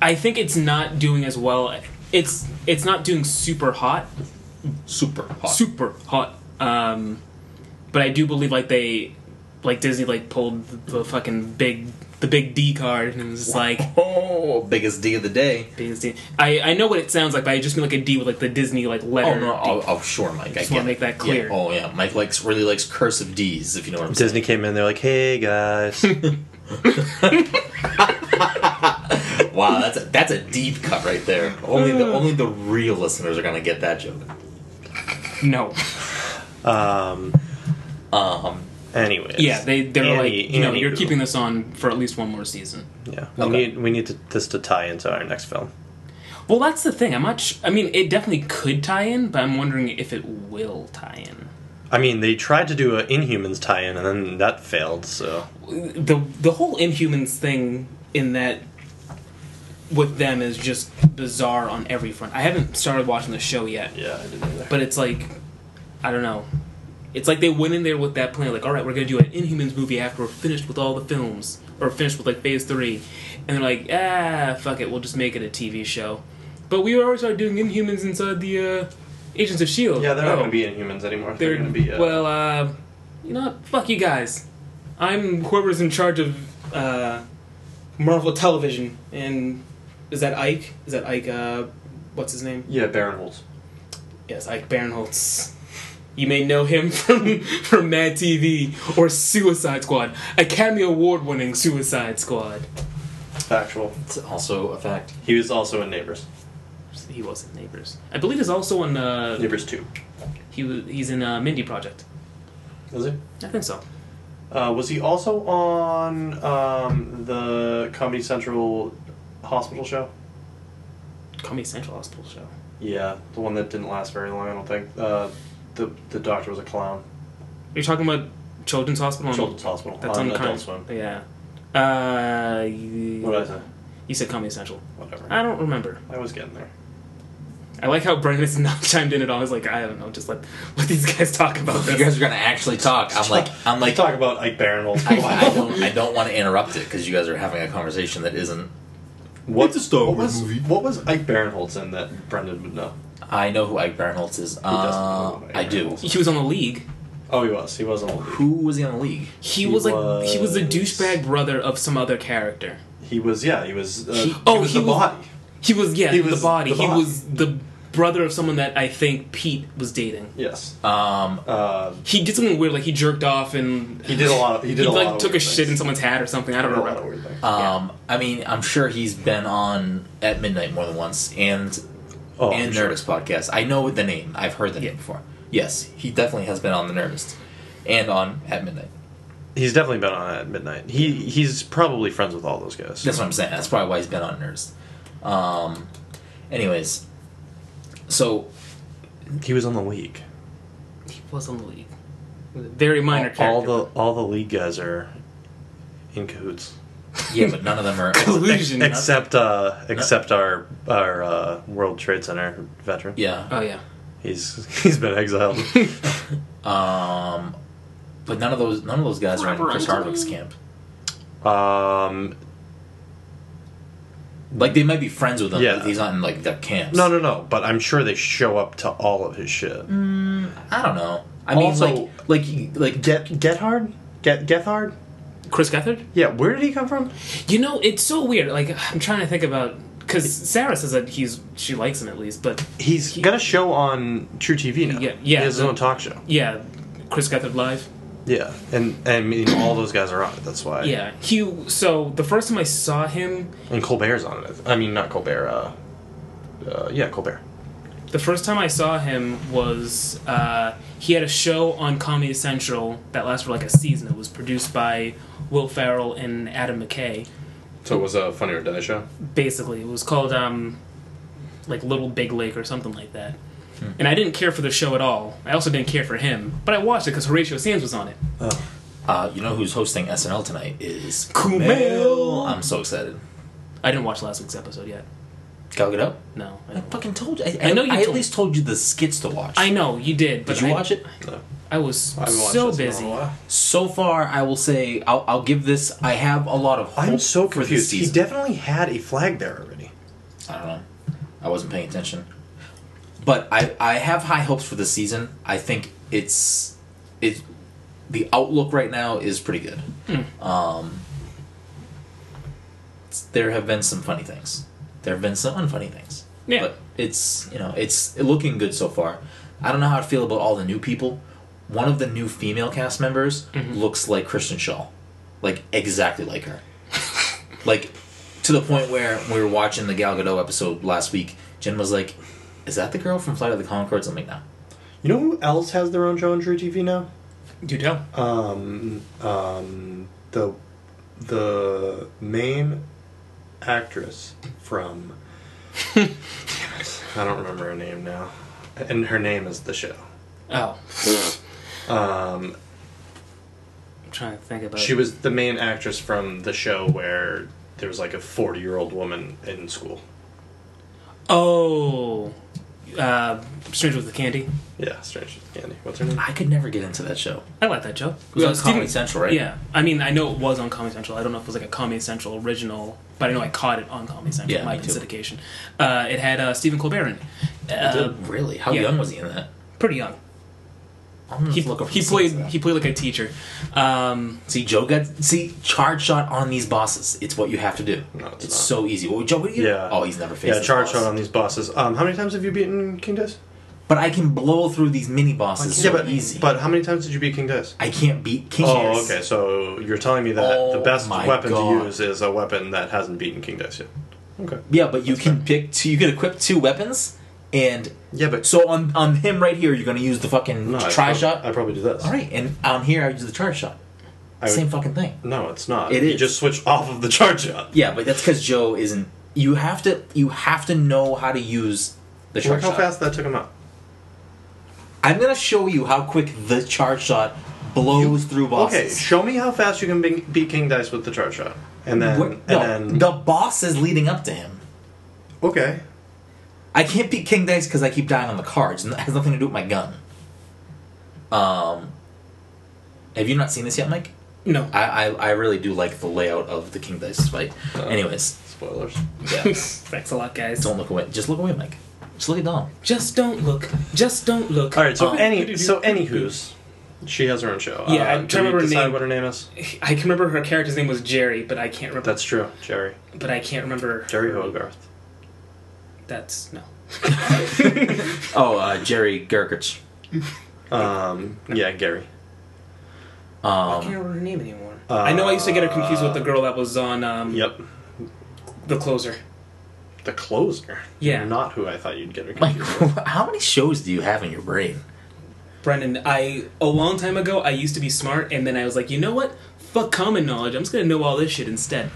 D: I think it's not doing as well. It's it's not doing super hot,
A: Super hot.
D: super hot. Um, but I do believe like they, like Disney like pulled the, the fucking big the big D card and it was just like
A: Oh, biggest D of the day.
D: biggest D. I I know what it sounds like, but I just mean like a D with like the Disney like letter.
A: Oh no!
D: D.
A: Oh, oh sure, Mike. I
D: Just
A: get
D: wanna make
A: it.
D: that clear.
A: Yeah. Oh yeah, Mike likes really likes cursive D's. If you know what I'm saying.
C: Disney came in, they're like, "Hey guys,
A: Wow, that's a, that's a deep cut right there. Only the only the real listeners are gonna get that joke.
D: No.
C: Um,
A: Um,
C: anyways.
D: Yeah, they they were
C: Any-
D: like, you know,
C: any
D: you're
C: group.
D: keeping this on for at least one more season.
C: Yeah. We
A: Okay.
C: need we need to, this to tie into our next film.
D: Well, that's the thing. I'm not. Sh- I mean, it definitely could tie in, but I'm wondering if it will tie in.
C: I mean, they tried to do an Inhumans tie-in, and then that failed. So
D: the The whole Inhumans thing in that with them is just bizarre on every front. I haven't started watching the show yet,
C: yeah, I didn't either.
D: but it's like, I don't know. It's like they went in there with that plan, like, all right, we're gonna do an Inhumans movie after we're finished with all the films, or finished with like Phase Three, and they're like, ah, fuck it, we'll just make it a TV show. But we already started doing Inhumans inside the uh, Agents of Shield.
C: yeah, they're
D: Oh,
C: not going to be Inhumans anymore. They're,
D: they're-
C: going to be uh,
D: well, uh, you know, what? fuck you guys. I'm whoever's in charge of uh, Marvel Television, and is that Ike? Is that Ike? Uh, what's his name?
C: yeah, Baron Holtz.
D: Yes, Ike Barinholtz. You may know him from from Mad TV or Suicide Squad, Academy Award winning Suicide Squad.
C: Factual.
A: it's also a fact.
C: He was also in Neighbors.
D: He was in Neighbors. I believe he's also in. Uh,
C: Neighbors Two.
D: he was, he's in uh, Mindy Project.
C: Was he?
D: I think so.
C: Uh, was he also on um, the Comedy Central hospital show?
D: Comedy Central Hospital show.
C: Yeah, the one that didn't last very long. I don't think. Uh, the the doctor was a clown.
D: You're talking about Children's Hospital. on-
C: Children's Hospital.
D: That's
C: on
D: on Comedy-
C: Adult Swim.
D: Yeah. Uh, you,
C: What did I say?
D: you said Comedy Central.
C: Whatever.
D: I don't remember.
C: I was getting there.
D: I like how Brandon's not chimed in at all. I was like, I don't know. Just let let these guys talk about
A: You
D: this.
A: guys are gonna actually talk. I'm like I'm like
C: Let's talk about Ike Barinholtz.
A: I, I don't I don't want to interrupt it because you guys are having a conversation that isn't.
C: What,
A: It's a Star
C: what
A: Wars
C: was,
A: movie.
C: What was Ike Barinholtz in that Brendan would know?
A: I know who Ike Barinholtz is.
C: doesn't know
A: Uh,
C: who Ike
A: I do.
C: Barinholtz
D: he was on the league.
C: Oh, he was. He was an old.
A: Who was he on the league?
D: He,
C: He
D: was like he was the
C: was-
D: douchebag brother of some other character.
C: He was. Yeah, he was. Uh,
D: He-
C: he,
D: oh,
C: was
D: he
C: the
D: was-
C: body.
D: He was yeah
C: He
D: the
C: was
D: body.
C: the
D: He
C: body.
D: was the brother of someone that I think Pete was dating.
C: Yes.
A: Um,
C: Uh,
D: He did something weird, like he jerked off and
C: he did a lot. Of, he did a lot.
D: like
C: of
D: took a
C: weird
D: shit in
C: things.
D: someone's hat or something. I
C: He
D: don't
C: did a lot of
D: remember.
C: weird things.
A: um, I mean, I'm sure he's been on at midnight more than once, and
C: oh,
A: and
C: sure.
A: Nerdist podcast. I know the name. I've heard the name before. Yes, he definitely has been on the Nerdist and on at midnight.
C: He's definitely been on it at midnight. He he's probably friends with all those guys.
A: That's what I'm saying. That's probably why he's been on Nerdist. Um, anyways, so
C: He was on the league.
D: He was on the league. Very
C: All,
D: minor
C: all
D: character.
C: the all the league guys are in cahoots.
A: yeah, but none of them are.
D: collusion.
C: Ex- except uh, except our our uh, World Trade Center veteran.
A: Yeah,
D: oh yeah.
C: He's he's been exiled.
A: um, but none of those none of those guys are in Chris Hardwick's camp.
C: um,
A: Like they might be friends with him,
C: Yeah.
A: but he's not in like their camps.
C: no, no, no. But I'm sure they show up to all of his shit.
D: Mm.
A: I don't know. I mean,
C: Also-
A: like, like, like,
C: Get Gethard? Get Gethard?
D: Chris Gethard?
C: Yeah, where did he come from?
D: You know, it's so weird. Like I'm trying to think about because Sarah says that he's she likes him at least, but
C: He's got a show on True TV now.
D: Yeah, yeah,
C: He has his
D: the-
C: own talk show.
D: yeah, Chris Gethard live.
C: Yeah, and, and I mean all those guys are on it. That's why.
D: Yeah, he. So the first time I saw him,
C: and Colbert's on it. I mean, not Colbert. Uh, uh, yeah, Colbert.
D: The first time I saw him was uh, he had a show on Comedy Central that lasted for like a season. It was produced by Will Farrell and Adam McKay.
C: So it was a Funny or Die show.
D: Basically, it was called um, like Little Big Lake or something like that. And I didn't care for the show at all. I also didn't care for him, but I watched it because Horatio Sands was on it.
A: uh, you know who's hosting SNL tonight is
D: Kumail.
A: Kumail. I'm so excited.
D: I didn't watch last week's episode yet.
A: Gal Gadot.
D: No, I
A: I
D: don't.
A: fucking told you. I,
D: I know
A: know
D: you
A: I at
D: told-
A: least told you the skits to watch.
D: I know you did, but
A: Did you
D: I,
A: watch it?
C: No,
D: I was
C: I haven't watched
D: so
C: this in a
D: busy.
C: little while.
A: So far, I will say I'll, I'll give this. I have a lot of. Hope
C: I'm so
A: for this
C: confused. He
A: season.
C: definitely had a flag there already.
A: I don't know. I wasn't paying attention. But I, I have high hopes for this season. I think it's it's the outlook right now is pretty good. Um, it's- there have been some funny things. There have been some unfunny things.
D: Yeah.
A: But it's you know it's looking good so far. I don't know how I feel about all the new people. One of the new female cast
D: Mm-hmm.
A: members looks like Kristen Shaw, like exactly like her, like to the point where when we were watching the Gal Gadot episode last week, Jen was like, "Is that the girl from Flight of the Concords?" I'm like, "No."
C: You know who else has their own show on True TV now?
D: You tell.
C: Um, um, the the main actress from. Damn it, I don't remember her name now, and her name is the show.
D: Oh,
C: Um,
D: I'm trying to think about.
C: she
D: it.
C: was the main actress from the show where there was like a forty-year-old woman in school.
D: Oh, uh, Strange with the Candy.
C: Yeah, strange Candy. What's her name?
A: I could never get into that show.
D: I like that show.
A: It was
D: Uh,
A: on
D: Steven-
A: Comedy Central, right?
D: Yeah, I mean, I know it was on Comedy Central. I don't know if it was like a Comedy Central original, but I know I caught it on Comedy Central.
A: Yeah,
D: it might
A: me
D: have
A: too.
D: been syndication. Uh, it had uh, Stephen Colbert in. it. Uh,
A: Dude, really? How
D: yeah.
A: young was he in that?
D: pretty young.
A: I'm gonna
D: He,
A: look up
D: he
A: the
D: played
A: scenes of that.
D: he played like a teacher. Um,
A: See, Joe got see charge shot on these bosses. It's what you have to do.
C: No, it's
A: it's
C: not.
A: so easy. Well, Joe, what do you?
C: Yeah.
A: Oh, he's never faced.
C: Yeah,
A: this
C: charge
A: boss.
C: shot on these bosses. Um, how many times have you beaten King Dice?
A: But I can blow through these mini bosses so
C: yeah, but
A: easy.
C: but how many times did you beat King Dice?
A: I can't beat King.
C: Oh,
A: Dice.
C: okay. So you're telling me that
A: Oh
C: the best
A: my
C: weapon
A: God.
C: to use is a weapon that hasn't beaten King Dice yet. Okay.
A: Yeah, but you can pick two. You can equip two weapons, and
C: Yeah, but
A: so on on him right here, you're gonna use the fucking
C: I
A: try
C: prob-
A: shot.
C: I probably do this.
A: All right, and on here I use the charge shot.
C: I would-
A: Same fucking thing.
C: No, it's not.
A: It
C: you
A: is.
C: just switch off of the charge shot.
A: Yeah, but that's because Joe isn't. You have to you have to know how to use the
C: Look
A: charge
C: how
A: shot.
C: fast that took him out.
A: I'm gonna show you how quick the charge shot blows through bosses.
C: Okay, show me how fast you can be- beat King Dice with the charge shot, and then
A: What-
C: and
A: no,
C: then
A: the boss is leading up to him.
C: okay.
A: I can't beat King Dice because I keep dying on the cards, and that has nothing to do with my gun. Um, have you not seen this yet, Mike?
D: no,
A: I, I, I really do like the layout of the King Dice fight.
C: Oh.
A: Anyways,
C: Spoilers.
A: yeah.
D: thanks a lot, guys.
A: don't look away. Just look away, Mike. Just look at Dom.
D: Just don't look. Just don't look. Oh.
C: All right. So
A: Um,
C: any so anywho's, she has her own show.
D: Yeah, I
C: uh,
D: can't
C: do we
D: remember her
C: decide
D: name.
C: what her name is.
D: I can remember her character's name was Jerry, but I can't remember.
C: That's true. Jerry.
D: But I can't remember.
C: Jerry Hogarth.
D: That's no.
A: Oh, uh, Jerry Gerkich.
C: Um. Yeah, Gary.
D: I can't
A: Um,
D: remember her name anymore. I know I used to get her confused with the girl that was on um,
C: Yep.
D: the closer.
C: The closer.
D: Yeah.
C: Not who I thought you'd get. her
A: Mike,
C: confused with.
A: how many shows do you have in your brain?
D: Brendan, I a long time ago I used to be smart, and then I was like, you know what? Fuck common knowledge. I'm just gonna know all this shit instead.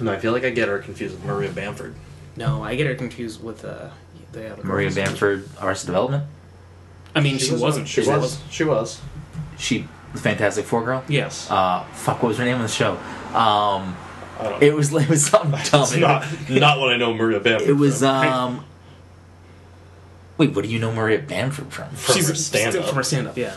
C: No, I feel like I get her confused with Maria Bamford.
D: No, I get her confused with uh, the other
A: Maria
D: girls.
A: Bamford, Arrested Development.
D: I mean, she, wasn't.
C: She
D: She
C: was. She was.
A: She, the Fantastic Four girl.
D: Yes.
A: Uh, fuck, what was her name on the show? Um,
C: I don't know.
A: it was it was something dumb.
D: um,
C: It's not not what I know Maria Bamford.
A: It was
C: from.
D: uh,
A: um. Wait, what do you know Maria Bamford from?
C: from her stand-up.
D: still from her stand-up. Yeah.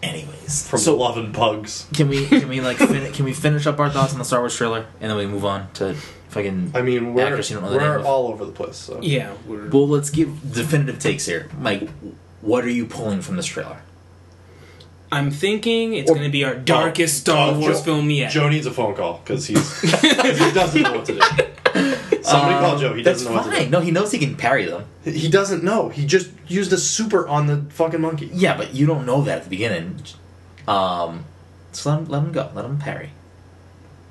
A: Anyways,
C: from
A: so
C: Love and Pugs.
A: can we can we like fin- can we finish up our thoughts on the Star Wars trailer and then we move on to fucking.
C: I mean, we're
A: Actress you don't know the name
C: we're
A: of.
C: all over the place. So
D: Yeah. We're,
A: well, let's give definitive takes here. Mike, what are you pulling from this trailer?
D: I'm thinking it's
A: Or-
D: gonna be our darkest Star
C: Oh,
D: Wars
C: Joe-
D: film yet.
C: Joe needs a phone call because he's 'cause he doesn't know what to do. Somebody
D: Um,
C: call Oh, Joe. He
A: That's
C: doesn't know
A: fine.
C: what to
A: No, he knows he can parry them.
C: do. He doesn't know. He just used a super on the fucking monkey.
A: Yeah, but you don't know that at the beginning. Um, so let him, let him go. Let him parry.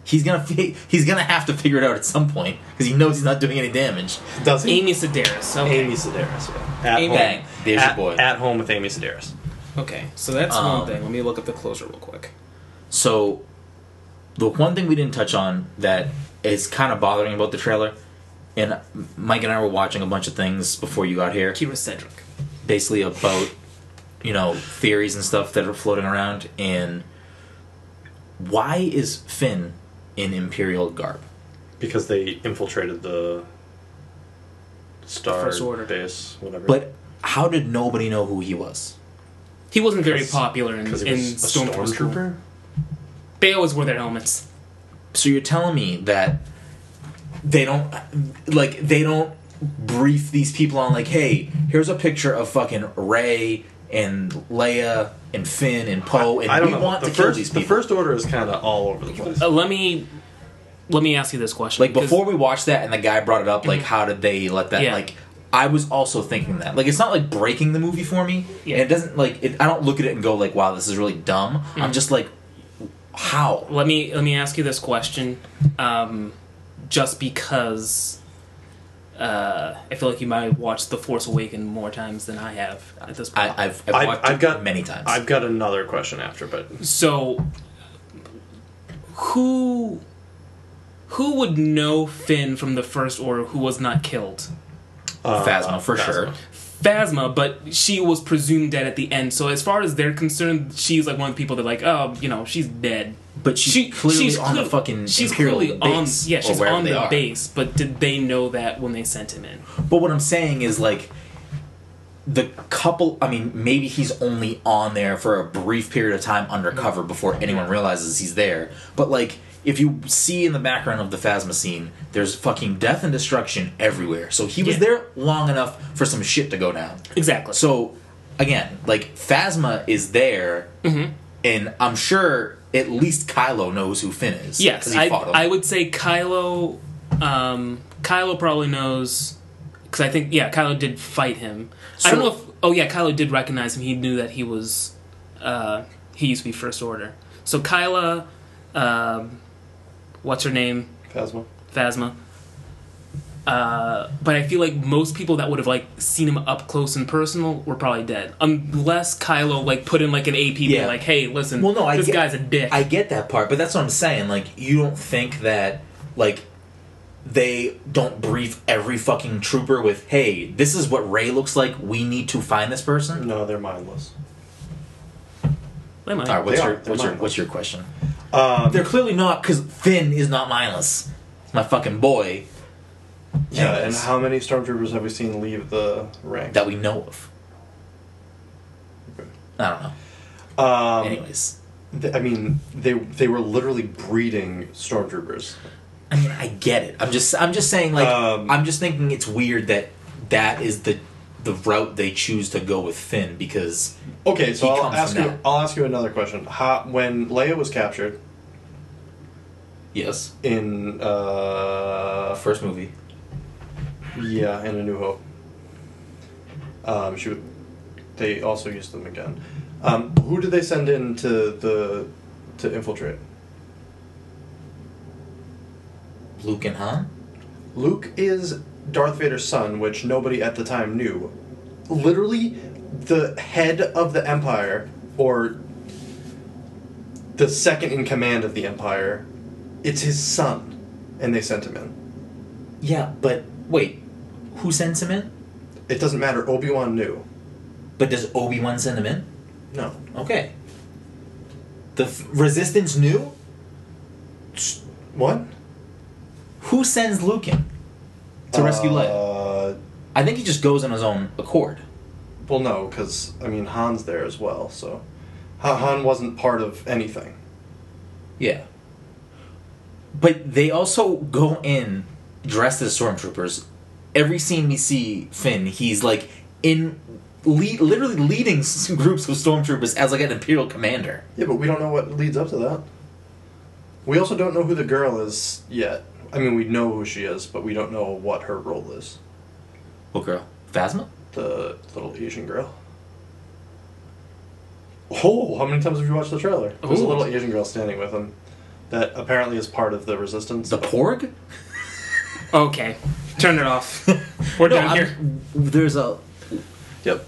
A: He's gonna fi- he's gonna have to figure it out at some point because he knows he's not doing any damage.
C: Does he?
D: Amy Sedaris. Okay.
C: Amy Sedaris. Yeah. At
D: Amy-
C: home.
A: Bang. There's
C: at,
A: your boy.
C: At home with Amy Sedaris.
D: Okay. So that's
A: Um,
D: one thing. Let me look up the closer real quick.
A: So, the one thing we didn't touch on that is kind of bothering about the trailer, and Mike and I were watching a bunch of things before you got here,
D: Kira Cedric.
A: basically about you know theories and stuff that are floating around. And why is Finn in Imperial garb?
C: Because they infiltrated the star
D: First Order.
C: base, whatever.
A: But how did nobody know who he was?
D: He wasn't very
C: 'Cause-
D: popular in, in
C: because he was a
D: Stormtrooper. school.
C: stormtrooper.
D: They always wore their helmets.
A: So you're telling me that they don't like they don't brief these people on like, hey, here's a picture of fucking Ray and Leia and Finn and Poe, Oh, and
C: I don't
A: we
C: know.
A: want
C: the
A: to
C: first,
A: kill these people. Oh,
C: The first order is kind of all over the place.
D: Uh, let me let me ask you this question.
A: like
D: because-
A: before we watched that, and the guy brought it up.
C: Mhm.
A: Like, how did they let that?
D: Yeah.
A: Like, I was also thinking that. Like, it's not like breaking the movie for me.
D: Yeah.
A: And it doesn't like it, I don't look at it and go like, wow, this is really dumb.
C: Mm.
A: I'm just like, how?
D: let me let me ask you this question. Um, just because uh, I feel like you might have watched The Force Awaken more times than I have at this point.
A: I, I've, I've,
C: I've-
A: watched
C: I've
A: it
C: got-
A: many times.
C: I've got another question after, but
D: so who who would know Finn from the First Order who was not killed?
C: uh,
A: Phasma for
C: Phasma.
A: sure.
D: Phasma, but she was presumed dead at the end. So as far as they're concerned, she's like one of the people that like, oh, you know, she's dead.
A: But she's
D: She-
A: clearly
D: she's
A: on
D: clear-
A: the fucking
D: She's
A: Imperial
D: clearly
A: base.
D: on yeah,
A: or
D: she's
A: wherever
D: on
A: they
D: the
A: are.
D: base. But did they know that when they sent him in?
A: But what I'm saying is like the couple I mean, maybe he's only on there for a brief period of time undercover before anyone realizes he's there. But like if you see in the background of the Phasma scene, there's fucking death and destruction everywhere. So he was
D: Yeah.
A: there long enough for some shit to go down.
D: Exactly.
A: So again, like Phasma is there
D: Mm-hmm.
A: and I'm sure at least Kylo knows who Finn is.
D: Yes,
A: 'cause he
D: I,
A: fought him.
D: I would say Kylo. Um, Kylo probably knows because I think yeah, Kylo did fight him. I don't
A: So-
D: know if oh yeah, Kylo did recognize him. He knew that he was uh, he used to be First Order. So Kyla, um, what's her name?
E: Phasma.
D: Phasma. Uh, but I feel like most people that would have like seen him up close and personal were probably dead, unless Kylo like put in like an AP, being
A: Yeah.
D: like, "Hey, listen,
A: Well, no, I
D: this
A: get-
D: guy's a dick."
A: I get that part, but that's what I'm saying. Like, you don't think that, like, they don't brief every fucking trooper with, hey, this is what Ray looks like. We need to find this person.
C: No, they're mindless.
D: They might.
A: All right, what's
C: They are.
A: your
C: They're
A: what's your
C: mindless.
A: what's your question?
C: Um,
A: They're clearly not because Finn is not mindless. My fucking boy
C: yeah, and
A: Yes.
C: how many stormtroopers have we seen leave the rank?
A: that we know of. I don't know.
C: um,
A: Anyways,
C: th- I mean, they they were literally breeding stormtroopers.
A: I mean, I get it. I'm just I'm just saying, like,
C: Um,
A: I'm just thinking it's weird that that is the the route they choose to go with Finn because
C: Okay, so
A: He
C: I'll
A: comes
C: ask
A: from
C: you.
A: that.
C: I'll ask you another question. How, when Leia was captured
A: yes,
C: in, uh,
A: first movie.
C: yeah, in A New Hope, um, she. w- They also used them again. Um, who did they send in to the to infiltrate?
A: Luke and Han?
C: Luke is Darth Vader's son, which nobody at the time knew. Literally, the head of the Empire, or the second in command of the Empire, it's his son, and they sent him in.
A: Yeah, but wait, who sends him in?
C: It doesn't matter. Obi Wan knew.
A: But does Obi Wan send him in?
C: No.
A: Okay. The f- Resistance knew?
C: What?
A: Who sends Luke in to rescue Leia?
C: Uh,
A: I think he just goes on his own accord.
C: well, no, because I mean Han's there as well, so Ha- Han wasn't part of anything.
A: Yeah. But they also go in dressed as stormtroopers. Every scene we see Finn, he's like in lead, literally leading s- groups of stormtroopers as like an imperial commander.
C: Yeah, but we don't know what leads up to that. We also don't know who the girl is yet. I mean, we know who she is, but we don't know what her role is.
A: What girl? Phasma?
C: The little Asian girl. Oh, how many times have you watched the trailer? There's a
D: Ooh.
C: little Asian girl standing with him that apparently is part of the resistance.
A: The Porg?
D: Okay, turn it off. We're
A: No,
D: done
A: I'm-
D: here.
A: There's a.
C: Yep.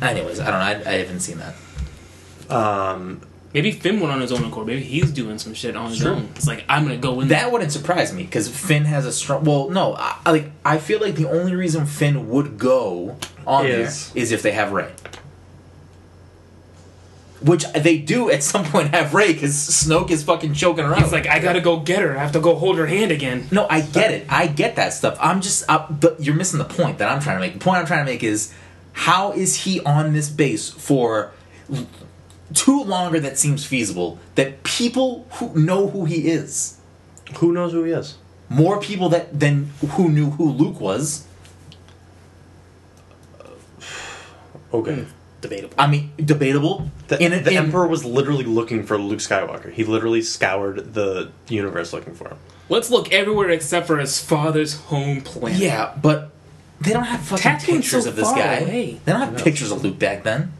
A: Anyways, I don't know. I, I haven't seen that.
C: Um,
D: Maybe Finn went on his own accord. Maybe he's doing some shit on his own. It's like I'm gonna go in.
A: That wouldn't surprise me because Finn has a strong. Well, no, I, I like I feel like the only reason Finn would go on
C: Is-
A: there is if they have Ray, which they do at some point have Ray because Snoke is fucking choking her out.
D: He's like I gotta go get her. I have to go hold her hand again.
A: no, I get it. I get that stuff. I'm just I, but you're missing the point that I'm trying to make. The point I'm trying to make is how is he on this base for l- too longer that seems feasible that people who know who he is.
C: who knows who he is?
A: more people that than who knew who Luke was.
C: Okay.
D: Debatable.
A: I mean, debatable.
C: Hmm. The,
A: in,
C: the
A: in-
C: Emperor was literally looking for Luke Skywalker. He literally scoured the universe looking for him.
D: Let's look everywhere except for his father's home planet.
A: Yeah, but they don't have fucking
D: Tatooine's
A: pictures
D: so
A: of this
D: far
A: guy.
D: away.
A: They don't have pictures of Luke back then.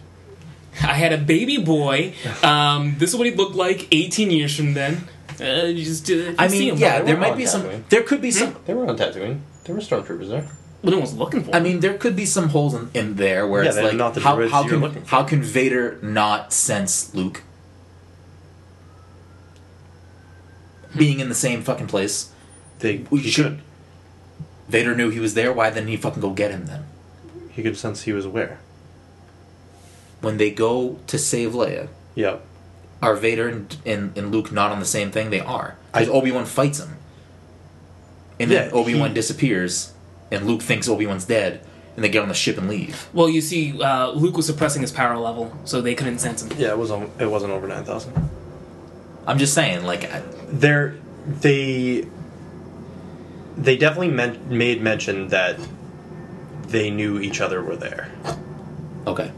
D: I had a baby boy. Um, this is what he looked like 18 years from then. Uh, you just, uh, you
A: I
D: see
A: mean,
D: him,
A: yeah,
D: but-
A: there
E: were
A: might
E: on
A: be some.
E: Tatooine.
A: There could be some.
E: They were on Tatooine. There were stormtroopers there.
D: well, no one's looking for.
A: I
D: him.
A: mean, there could be some holes in, in there where
C: Yeah,
A: it's
C: they're
A: like,
C: not the
A: how,
C: droids
A: how
C: you're
A: can
C: looking
A: how can Vader not sense Luke being in the same fucking place?
C: They,
A: We
C: he
A: should. Vader knew he was there. Why didn't he fucking go get him then?
C: could- He could sense he was aware.
A: When they go to save Leia,
C: Yep.
A: are Vader and, and, and Luke not on the same thing? They are. Because
C: I-
A: Obi Wan fights him, and then
C: Yeah,
A: Obi Wan
C: he-
A: disappears, and Luke thinks Obi Wan's dead, and they get on the ship and leave.
D: well, you see, uh, Luke was suppressing his power level, so they couldn't sense him.
C: Yeah, it was on, it wasn't over nine thousand.
A: I'm just saying, like, I,
C: They're they they definitely men- made mention that they knew each other were there.
A: okay.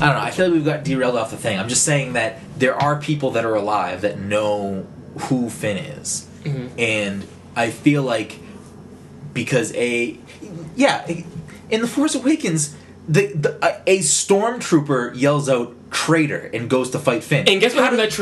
A: I don't know. I feel like we've got derailed off the thing. I'm just saying that there are people that are alive that know who Finn is,
D: Mm-hmm.
A: and I feel like because a yeah, in the Force Awakens, the, the a, a stormtrooper yells out traitor and goes to fight Finn.
D: And guess what happened to that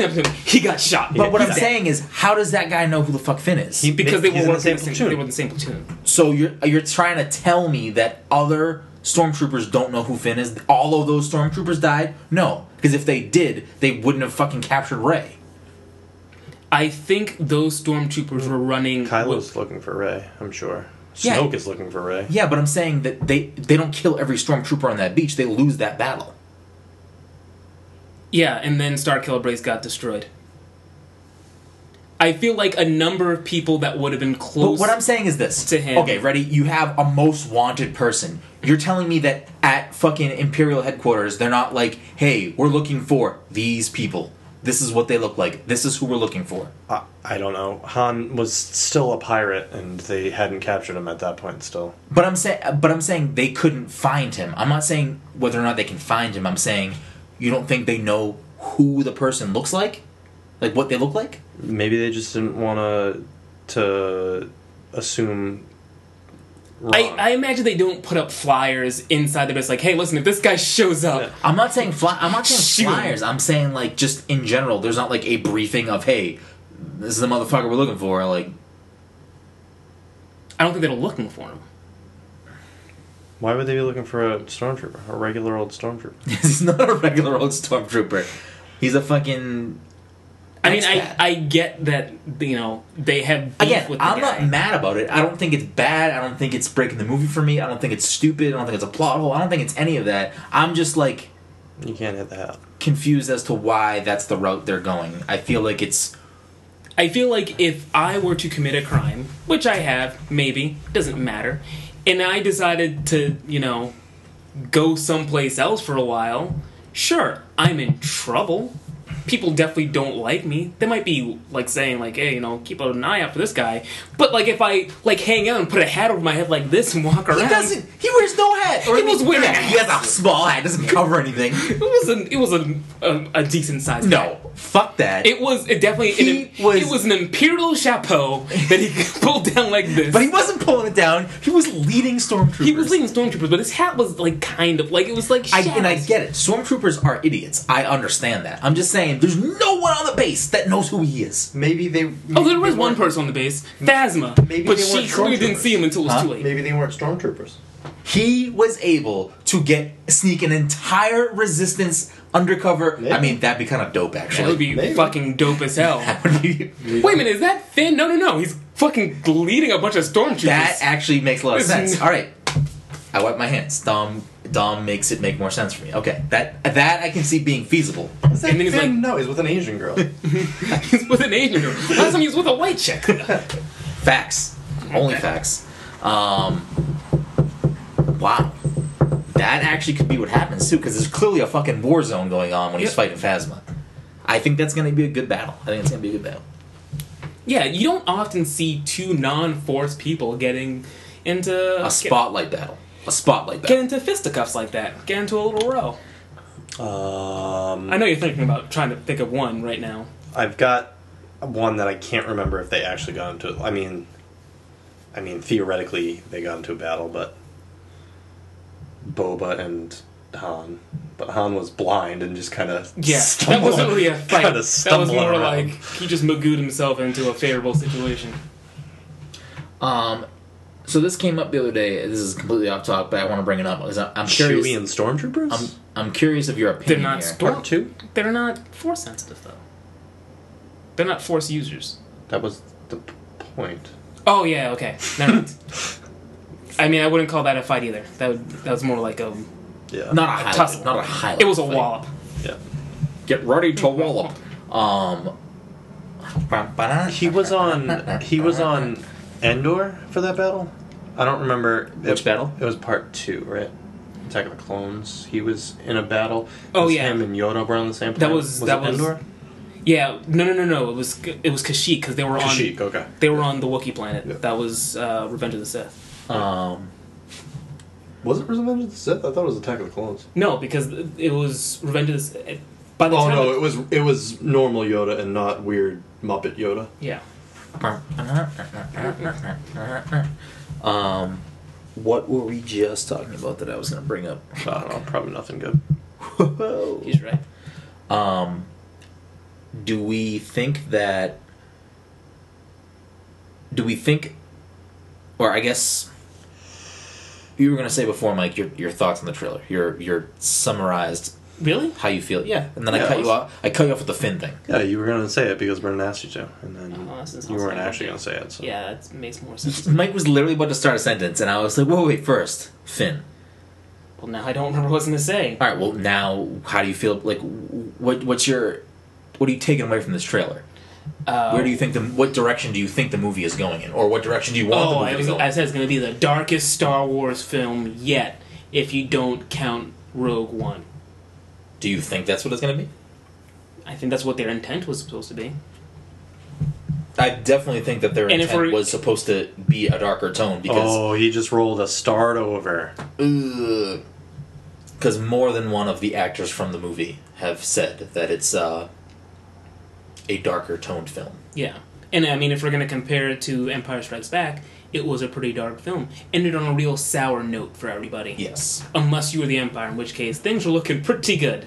D: traitor? he got shot.
A: But what I'm
D: He's dead.
A: saying is, how does that guy know who the fuck Finn is?
D: because they
C: He's
D: were
C: in the
D: working
C: same
D: the same,
C: platoon.
D: they were in the same platoon.
A: so you're you're trying to tell me that other stormtroopers don't know who Finn is? All of those stormtroopers died? No, because if they did, they wouldn't have fucking captured Rey.
D: I think those stormtroopers were running.
C: Kylo's looking for Ray, I'm sure.
A: Yeah.
C: Snoke is looking for Ray.
A: Yeah, but I'm saying that they they don't kill every stormtrooper on that beach. They lose that battle.
D: Yeah, and then Star Killer Brace got destroyed. I feel like a number of people that would have been
A: But
D: close.
A: what I'm saying is this.
D: To him.
A: Okay, ready? You have a most wanted person. You're telling me that at fucking Imperial headquarters, they're not like, hey, we're looking for these people. This is what they look like. This is who we're looking for.
C: I, I don't know. Han was still a pirate, and they hadn't captured him at that point. Still,
A: But I'm saying, but I'm saying they couldn't find him. I'm not saying whether or not they can find him. I'm saying you don't think they know who the person looks like, like what they look like.
C: maybe they just didn't want to to assume. Wrong.
D: I, I imagine they don't put up flyers inside the base like, hey, listen, if this guy shows up,
A: I'm not saying fly. I'm not saying
D: Shoot.
A: flyers. I'm saying like just in general. There's not like a briefing of hey, this is the motherfucker we're looking for. Like
D: I don't think they were looking for him.
C: Why would they be looking for a stormtrooper, a regular old stormtrooper?
A: he's not a regular old stormtrooper. He's a fucking.
D: I mean,
A: That's
D: I,
A: bad.
D: I get that, you know, they have beef
A: Again,
D: with the
A: I'm
D: guy.
A: not mad about it. I don't think it's bad. I don't think it's breaking the movie for me. I don't think it's stupid. I don't think it's a plot hole. I don't think it's any of that. I'm just like
C: You can't hit the hat.
A: confused as to why that's the route they're going. I feel like it's
D: I feel like if I were to commit a crime, which I have, maybe, doesn't matter, and I decided to, you know, go someplace else for a while, sure, I'm in trouble. People definitely don't like me. They might be like saying like, "Hey, you know, keep an eye out for this guy." But like, if I like hang out and put a hat over my head like this and walk around,
A: he doesn't. He wears no hat. Or
D: He was wearing a
A: Yeah, He has a small hat. Doesn't cover anything.
D: It was an, it was a a, a decent sized
A: No, fuck that.
D: It was it definitely an,
A: He was-
D: it was an imperial chapeau that he pulled down like this.
A: but he wasn't pulling it down. He was leading stormtroopers.
D: He was leading stormtroopers, but his hat was like kind of like it was like
A: I, and I
D: shadows.
A: get it. Stormtroopers are idiots. I understand that. I'm just saying, there's no one on the base that knows who he is.
C: Maybe they.
D: Oh, there was one person on the base, Phasma,
C: Maybe
D: but
C: they
D: she
C: weren't
D: clearly
C: stormtroopers.
D: didn't see him until it was
A: Huh?
D: too late.
C: they weren't stormtroopers.
A: He was able to get sneak an entire resistance undercover. I
E: Yeah.
A: mean, that'd be kind of dope, actually.
D: That would be
E: Maybe.
D: fucking dope as hell.
A: That would be-
D: Wait a minute, is that Finn? No, no, no. He's fucking leading a bunch of stormtroopers.
A: That actually makes a lot of
D: It's
A: sense.
D: n-
A: All right, I wipe my hands. Dom Dom makes it make more sense for me. Okay, that that I can see being feasible.
E: Is that
D: And then he's
E: Finn?
D: like-
E: no, he's with an Asian girl.
D: He's with an Asian girl. Last time he was with a white chick.
A: Facts, only facts. Um, wow, that actually could be what happens too, because there's clearly a fucking war zone going on when he's
D: Yep.
A: fighting Phasma. I think that's gonna be a good battle. I think it's gonna be a good battle.
D: Yeah, you don't often see two non-force people getting into
A: A spotlight battle. A spotlight
D: get
A: battle.
D: into fisticuffs like that. Get into a little row.
C: Um,
D: I know you're thinking about trying to think of one right now.
C: I've got one that I can't remember if they actually got into. I mean, I mean theoretically they got into a battle, but Boba and Han, but Han was blind and just kind of
D: Yeah, that wasn't really a fight.
C: Kind
D: That
C: of
D: was
C: stumbled
D: more
C: around.
D: like he just magooed himself into a favorable situation.
A: Um, so this came up the other day. This is completely off topic, but I want to bring it up because I'm, I'm curious.
C: Chewie and Stormtroopers.
D: Um,
A: I'm, I'm curious of your
D: They're
A: opinion.
D: not
A: here.
D: storm.
C: Part two?
D: They're not force sensitive though. They're not force users.
C: that was the p- point.
D: Oh yeah, okay. Never mind. I mean, I wouldn't call that a fight either. That would, that was more like a.
C: Yeah.
A: Not a
D: A
A: highlight.
D: tussle.
A: Not a highlight.
D: It was a
A: fight.
D: wallop.
C: Yeah.
A: Get ready to wallop. Um.
C: He was on. He was on Endor for that battle. I don't remember
G: Which
C: it-
G: battle?
C: It was part two, right? Attack of the Clones. He was in a battle. It
D: Oh,
C: was
D: yeah.
C: him and Yoda were on the same.
D: That
C: planet.
D: was- that
C: it
D: was-
C: Endor.
D: Yeah, no, no, no, no. It was it was Kashyyyk because they were
C: Kashyyyk.
D: on
C: Okay.
D: they were on the Wookiee planet.
C: Yeah.
D: That was uh, Revenge of the Sith.
A: Um.
C: Was it Revenge of the Sith? I thought it was Attack of the Clones.
D: No, because it was Revenge of the Sith. By the
C: Oh
D: time
C: no, it was it was normal Yoda and not weird Muppet Yoda.
D: yeah,
A: Um.
G: What were we just talking about that I was going to bring up?
C: I don't know, probably nothing good.
D: he's right.
A: Um,
G: do we think that
A: do we think, or I guess you were gonna say before, Mike, your your thoughts on the trailer, your your summarized
D: Really?
A: how you feel, yeah, and then I
C: Yeah,
A: cut
C: it
A: you
C: was-
A: off. I cut you off with the fin thing.
C: Yeah, you were gonna say it because Brendan asked you to, and then
D: Oh, this is
C: you weren't
D: awesome.
C: actually gonna say it. So.
D: Yeah, it makes more sense.
A: Mike was literally about to start a sentence, and I was like, "Whoa, wait, first, Finn."
D: Well, now I don't remember what I was gonna say.
A: All right, well, now how do you feel? Like, what what's your what are you taking away from this trailer?
D: Uh,
A: Where do you think the what direction do you think the movie is going in, or what direction do you want
D: Oh,
A: the
D: I,
A: movie
D: was,
A: to go?
D: I said it's going to be the darkest Star Wars film yet, if you don't count Rogue One.
A: do you think that's what it's gonna be?
D: I think that's what their intent was supposed to be.
A: I definitely think that their
D: And if
A: intent
D: we're-
A: was supposed to be a darker tone because
C: Oh, he just rolled a start over.
D: Oh.
A: because more than one of the actors from the movie have said that it's uh, a darker toned film.
D: Yeah. And I mean, if we're going to compare it to Empire Strikes Back, it was a pretty dark film. Ended on a real sour note for everybody.
A: Yes.
D: Unless you were the Empire, in which case things were looking pretty good.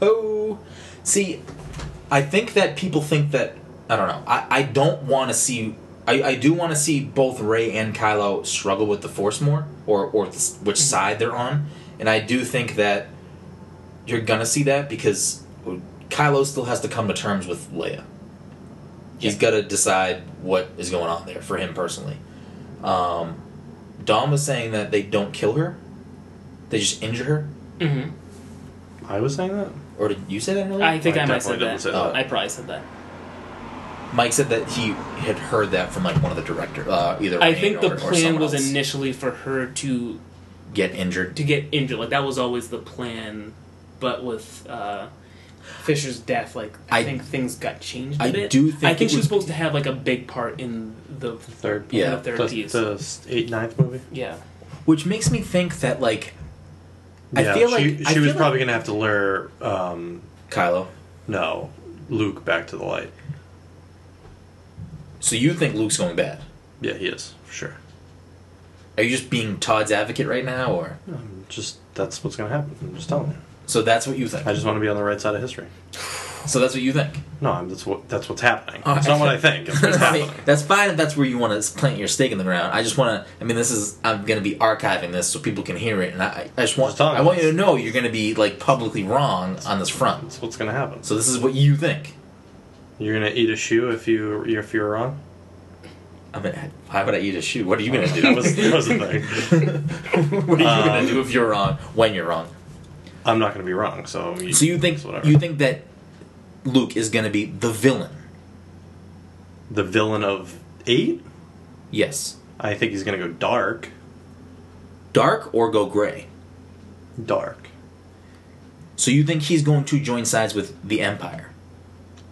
A: Oh, see, I think that people think that I don't know. I, I don't want to see. I, I do want to see both Ray and Kylo struggle with the Force more, or or the, s-
D: Mm-hmm.
A: which side they're on, and I do think that you're gonna see that because Kylo still has to come to terms with Leia. He's
D: Yeah.
A: got to decide what is going on there for him personally. Um, Dom was saying that they don't kill her; they just injure her.
D: hmm
C: I was saying that.
A: Or did you say that earlier?
D: I think
C: I
D: I, might have said
C: definitely
D: that.
C: didn't say
A: that.
D: I probably said that.
A: Mike said that he had heard that from like one of the director, uh, either
D: I
A: Rain
D: think the
A: or- or
D: plan
A: someone
D: was
A: else,
D: initially for her to
A: get injured.
D: to get injured. Like that was always the plan, but with uh, Fisher's death, like I,
A: I-
D: think things got changed. I
A: I do think
D: I
A: it
D: think she
A: would-
D: was supposed to have like a big part in the
C: Third.
A: Yeah.
D: the third
C: The,
D: piece.
C: the eight ninth movie.
D: yeah,
A: which makes me think that like I
C: yeah,
A: feel
C: she,
A: like I
C: she
A: feel
C: was
A: like-
C: probably gonna have to lure. Um,
A: Kylo.
C: no, Luke back to the light.
A: So you think Luke's going bad?
C: Yeah, he is for sure.
A: Are you just being Todd's advocate right now, or
C: Um, just that's what's gonna happen. I'm just telling you.
A: so that's what you think?
C: I just want to be on the right side of history.
A: So that's what you think?
C: No, I'm, that's what that's what's happening.
A: All
C: It's
A: right.
C: not what I think. It's what's happening.
A: that's fine if that's where you want to plant your stake in the ground. I just want to. I mean, this is I'm going to be archiving this so people can hear it, and I, I just want
C: Just talk
A: I want
C: about
A: you to know you're going to be like publicly wrong on this front.
C: That's what's gonna happen.
A: So this is what you think.
C: You're gonna eat a shoe if you if you're wrong.
A: I mean, why would I eat a shoe? What are you gonna do?
C: That was that was the thing.
A: what are you gonna
C: Um,
A: do if you're wrong? When you're wrong?
C: I'm not gonna be wrong. So you,
A: So you think
C: it's whatever.
A: you think that Luke is gonna be the villain?
C: the villain of eight?
A: Yes,
C: I think he's gonna go dark.
A: dark or go gray.
C: Dark.
A: So you think he's going to join sides with the Empire?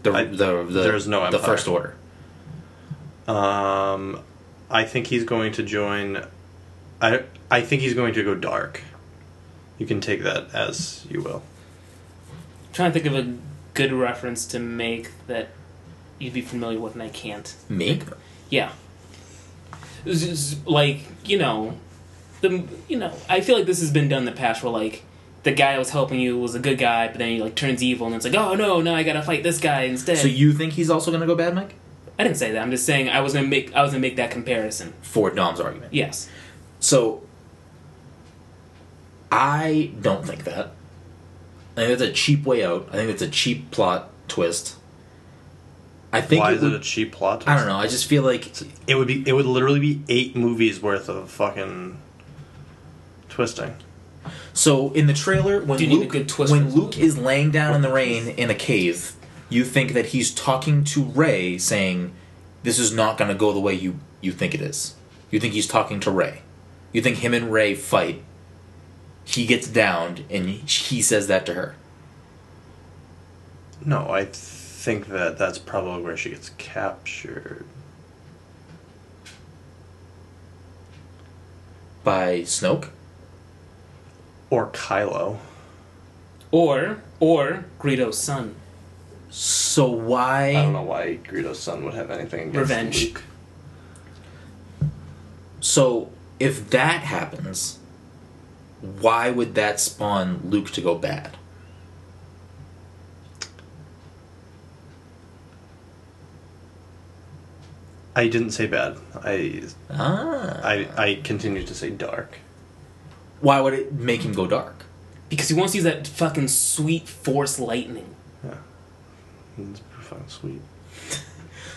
A: The
C: I-
A: the, the
C: there's no
A: the
C: Empire.
A: First Order.
C: Um, I think he's going to join. I I think he's going to go dark. You can take that as you will.
D: trying to think of a good reference to make that you'd be familiar with, and I can't.
A: Me?
D: Yeah, Z- z- like you know, the you know, I feel like this has been done in the past where like the guy that was helping you was a good guy, but then he like turns evil, and it's like, oh no, now I gotta fight this guy instead.
A: So you think he's also gonna go bad, Mike?
D: I didn't say that. I'm just saying I was gonna make I was gonna make that comparison.
A: For Dom's argument.
D: Yes.
A: So I don't think that. I think that's a cheap way out. I think that's a cheap plot twist. I think
C: Why
A: it
C: is
A: would-
C: it a cheap plot? Twist?
A: I don't know. I just feel like
C: It would be. It would literally be eight movies worth of fucking twisting.
A: so in the trailer when
D: Do you need a
A: Luke
D: good twist for
A: when
D: this
A: Luke is laying down in the rain in a cave, you think that he's talking to Ray saying this is not going to go the way you you think it is. You think he's talking to Ray. You think him and Ray fight. He gets downed and he says that to her.
C: No, I think that that's probably where she gets captured.
A: by Snoke.
C: Or Kylo.
D: Or or Greedo's son.
A: So
C: I don't
A: why?
C: know why Greedo's son would have anything against
D: Revenge.
C: Luke.
A: So if that happens, why would that spawn Luke to go bad?
C: I didn't say bad. I
A: Ah,
C: I I continue to say dark.
A: why would it make him go dark?
D: Because he wants to use that fucking sweet force lightning.
C: Yeah. It's pretty fucking sweet.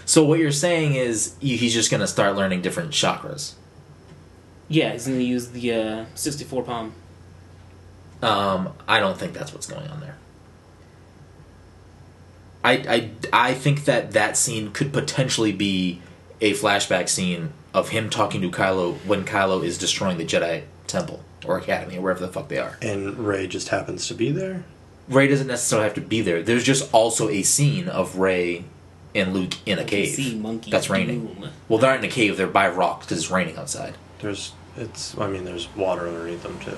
A: So what you're saying is he- he's just gonna start learning different chakras.
D: Yeah, he's gonna use the uh, 64 palm.
A: Um, I don't think that's what's going on there. I, I, I think that that scene could potentially be a flashback scene of him talking to Kylo when Kylo is destroying the Jedi Temple or Academy or wherever the fuck they are.
C: And Ray just happens to be there.
A: Ray doesn't necessarily have to be there. There's just also a scene of Ray and Luke in a cave.
D: See, monkey
A: That's raining.
D: doom.
A: Well, they aren't in a cave. They're by rocks because it's raining outside.
C: There's it's I mean there's water underneath them too.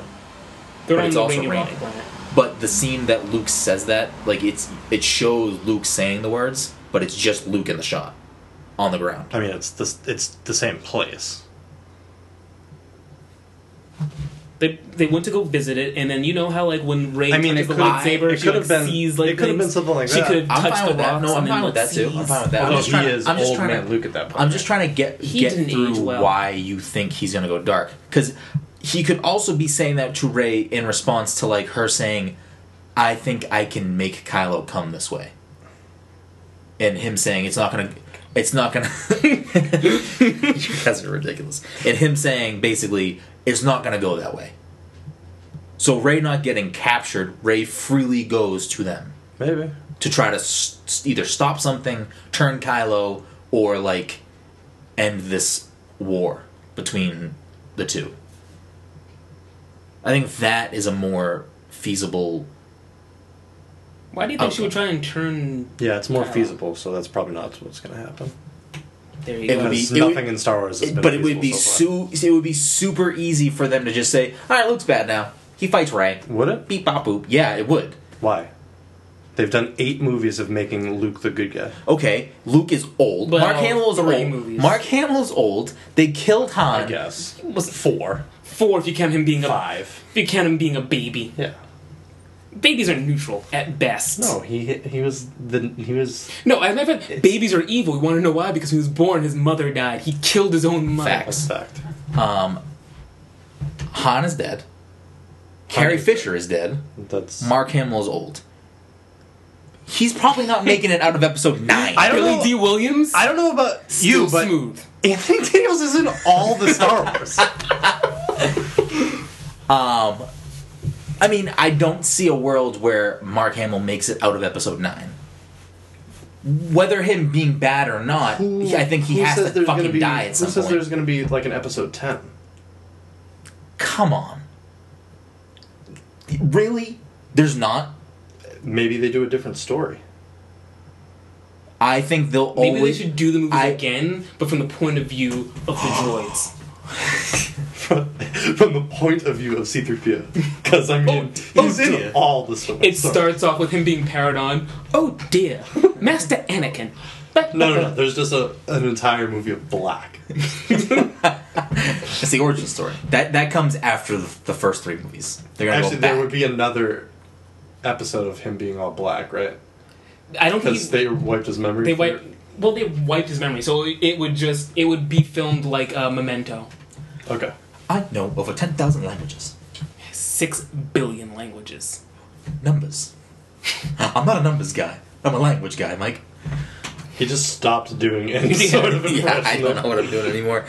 D: They're
A: But
D: on
A: it's
D: the
A: also
D: rainy rock
A: raining.
D: planet.
A: But the scene that Luke says that, like it's it shows Luke saying the words, but it's just Luke in the shot on the ground.
C: I mean it's this it's the same place.
D: They, they went to go visit it, and then you know how like when Ray
C: I mean,
D: touches
C: it
D: the
C: could-
D: lightsaber,
C: it
D: she like,
C: could have been-
D: sees like
C: it could have
D: things.
C: been something like
D: she
C: that.
D: could have
A: I'm
D: touched
A: fine
D: the
A: with that.
D: rocks
A: No, I'm
D: and then,
A: fine with
D: like,
A: that too. I'm
D: sees.
A: fine with that. I'm
C: Although
A: just
C: he
A: trying,
C: is
A: I'm just
C: old
A: trying
C: man
A: to,
C: Luke at that point.
A: I'm just trying to get
D: He
A: get
D: didn't
A: through
D: age well.
A: why you think he's gonna go dark because he could also be saying that to Ray in response to like her saying, "I think I can make Kylo come this way," and him saying it's not gonna. It's not gonna. you guys are ridiculous. And him saying basically, it's not gonna go that way. So Ray not getting captured, Ray freely goes to them
C: Maybe.
A: to try to s- s- either stop something, turn Kylo, or like end this war between the two. I think that is a more feasible.
D: Why do you think she would try and turn?
C: Yeah, it's more
D: Kylo?
C: feasible, so that's probably not what's gonna happen.
D: There you
A: It
D: go.
A: would be-
C: Because
A: it would-
C: nothing in Star Wars has been
A: but it would
C: feasible
A: be
C: so far.
A: su- it would be super easy for them to just say, "All right, Luke's bad now. He fights Ray."
C: Would it?
A: Beep bop boop. Yeah, it would.
C: Why? They've done eight movies of making Luke the good guy.
A: Okay, Luke is old.
D: Well,
A: Mark Hamill is old.
D: three movies.
A: Mark Hamill is old. They killed Han.
C: guess.
D: was
C: Four.
D: four if you count him being a
C: Five.
D: if you count him being a baby.
C: Yeah.
D: Babies are neutral at best.
C: No, he he was the he was
D: no. As a matter of fact, babies are evil. You want to know why? Because when he was born, his mother died. He killed his own mother.
A: Facts.
C: fact.
A: Um, Han is dead. Carrie
C: is
A: Fisher is dead.
C: That's
A: Mark Hamill is old. He's probably not making it out of episode nine.
C: I don't
D: Billy
C: know.
D: D. Williams.
C: I don't know about
D: Still
C: you, but
D: smooth.
C: Anthony Daniels is in all the Star Wars.
A: Um, I mean, I don't see a world where Mark Hamill makes it out of episode nine. Whether him being bad or not, I think he
C: Who
A: has
C: says
A: to
C: there's gonna
A: fucking
C: be-
A: die at some
C: Who says
A: point.
C: there's going to be like an episode ten?
A: Come on, really? There's not.
C: Maybe they do a different story.
A: I think they'll
D: Maybe
A: always.
D: they should do the movies
A: I-
D: again, but from the point of view of the droids.
C: from the point of view of C3PO. Because, I mean,
D: Oh, oh
C: he's in
D: dear.
C: all the stories.
D: It starts off with him being parried on. Oh dear, Master Anakin.
C: No, no, no. There's just a, an entire movie of black.
A: It's the origin story. That that comes after the, the first three movies. They're gonna
C: Actually,
A: go back.
C: there would be another episode of him being all black, right?
D: I don't think
C: Because
D: he-
C: they wiped his memory.
D: they
C: for-
D: wiped. Well, they wiped his memory, so it would just it would be filmed like a Memento,
C: Okay.
A: I know over ten thousand languages,
D: six billion languages.
A: numbers. I'm not a numbers guy. I'm a language guy, Mike.
C: He just stopped doing any sort of impression.
A: yeah, I don't
C: of-
A: know what I'm doing anymore.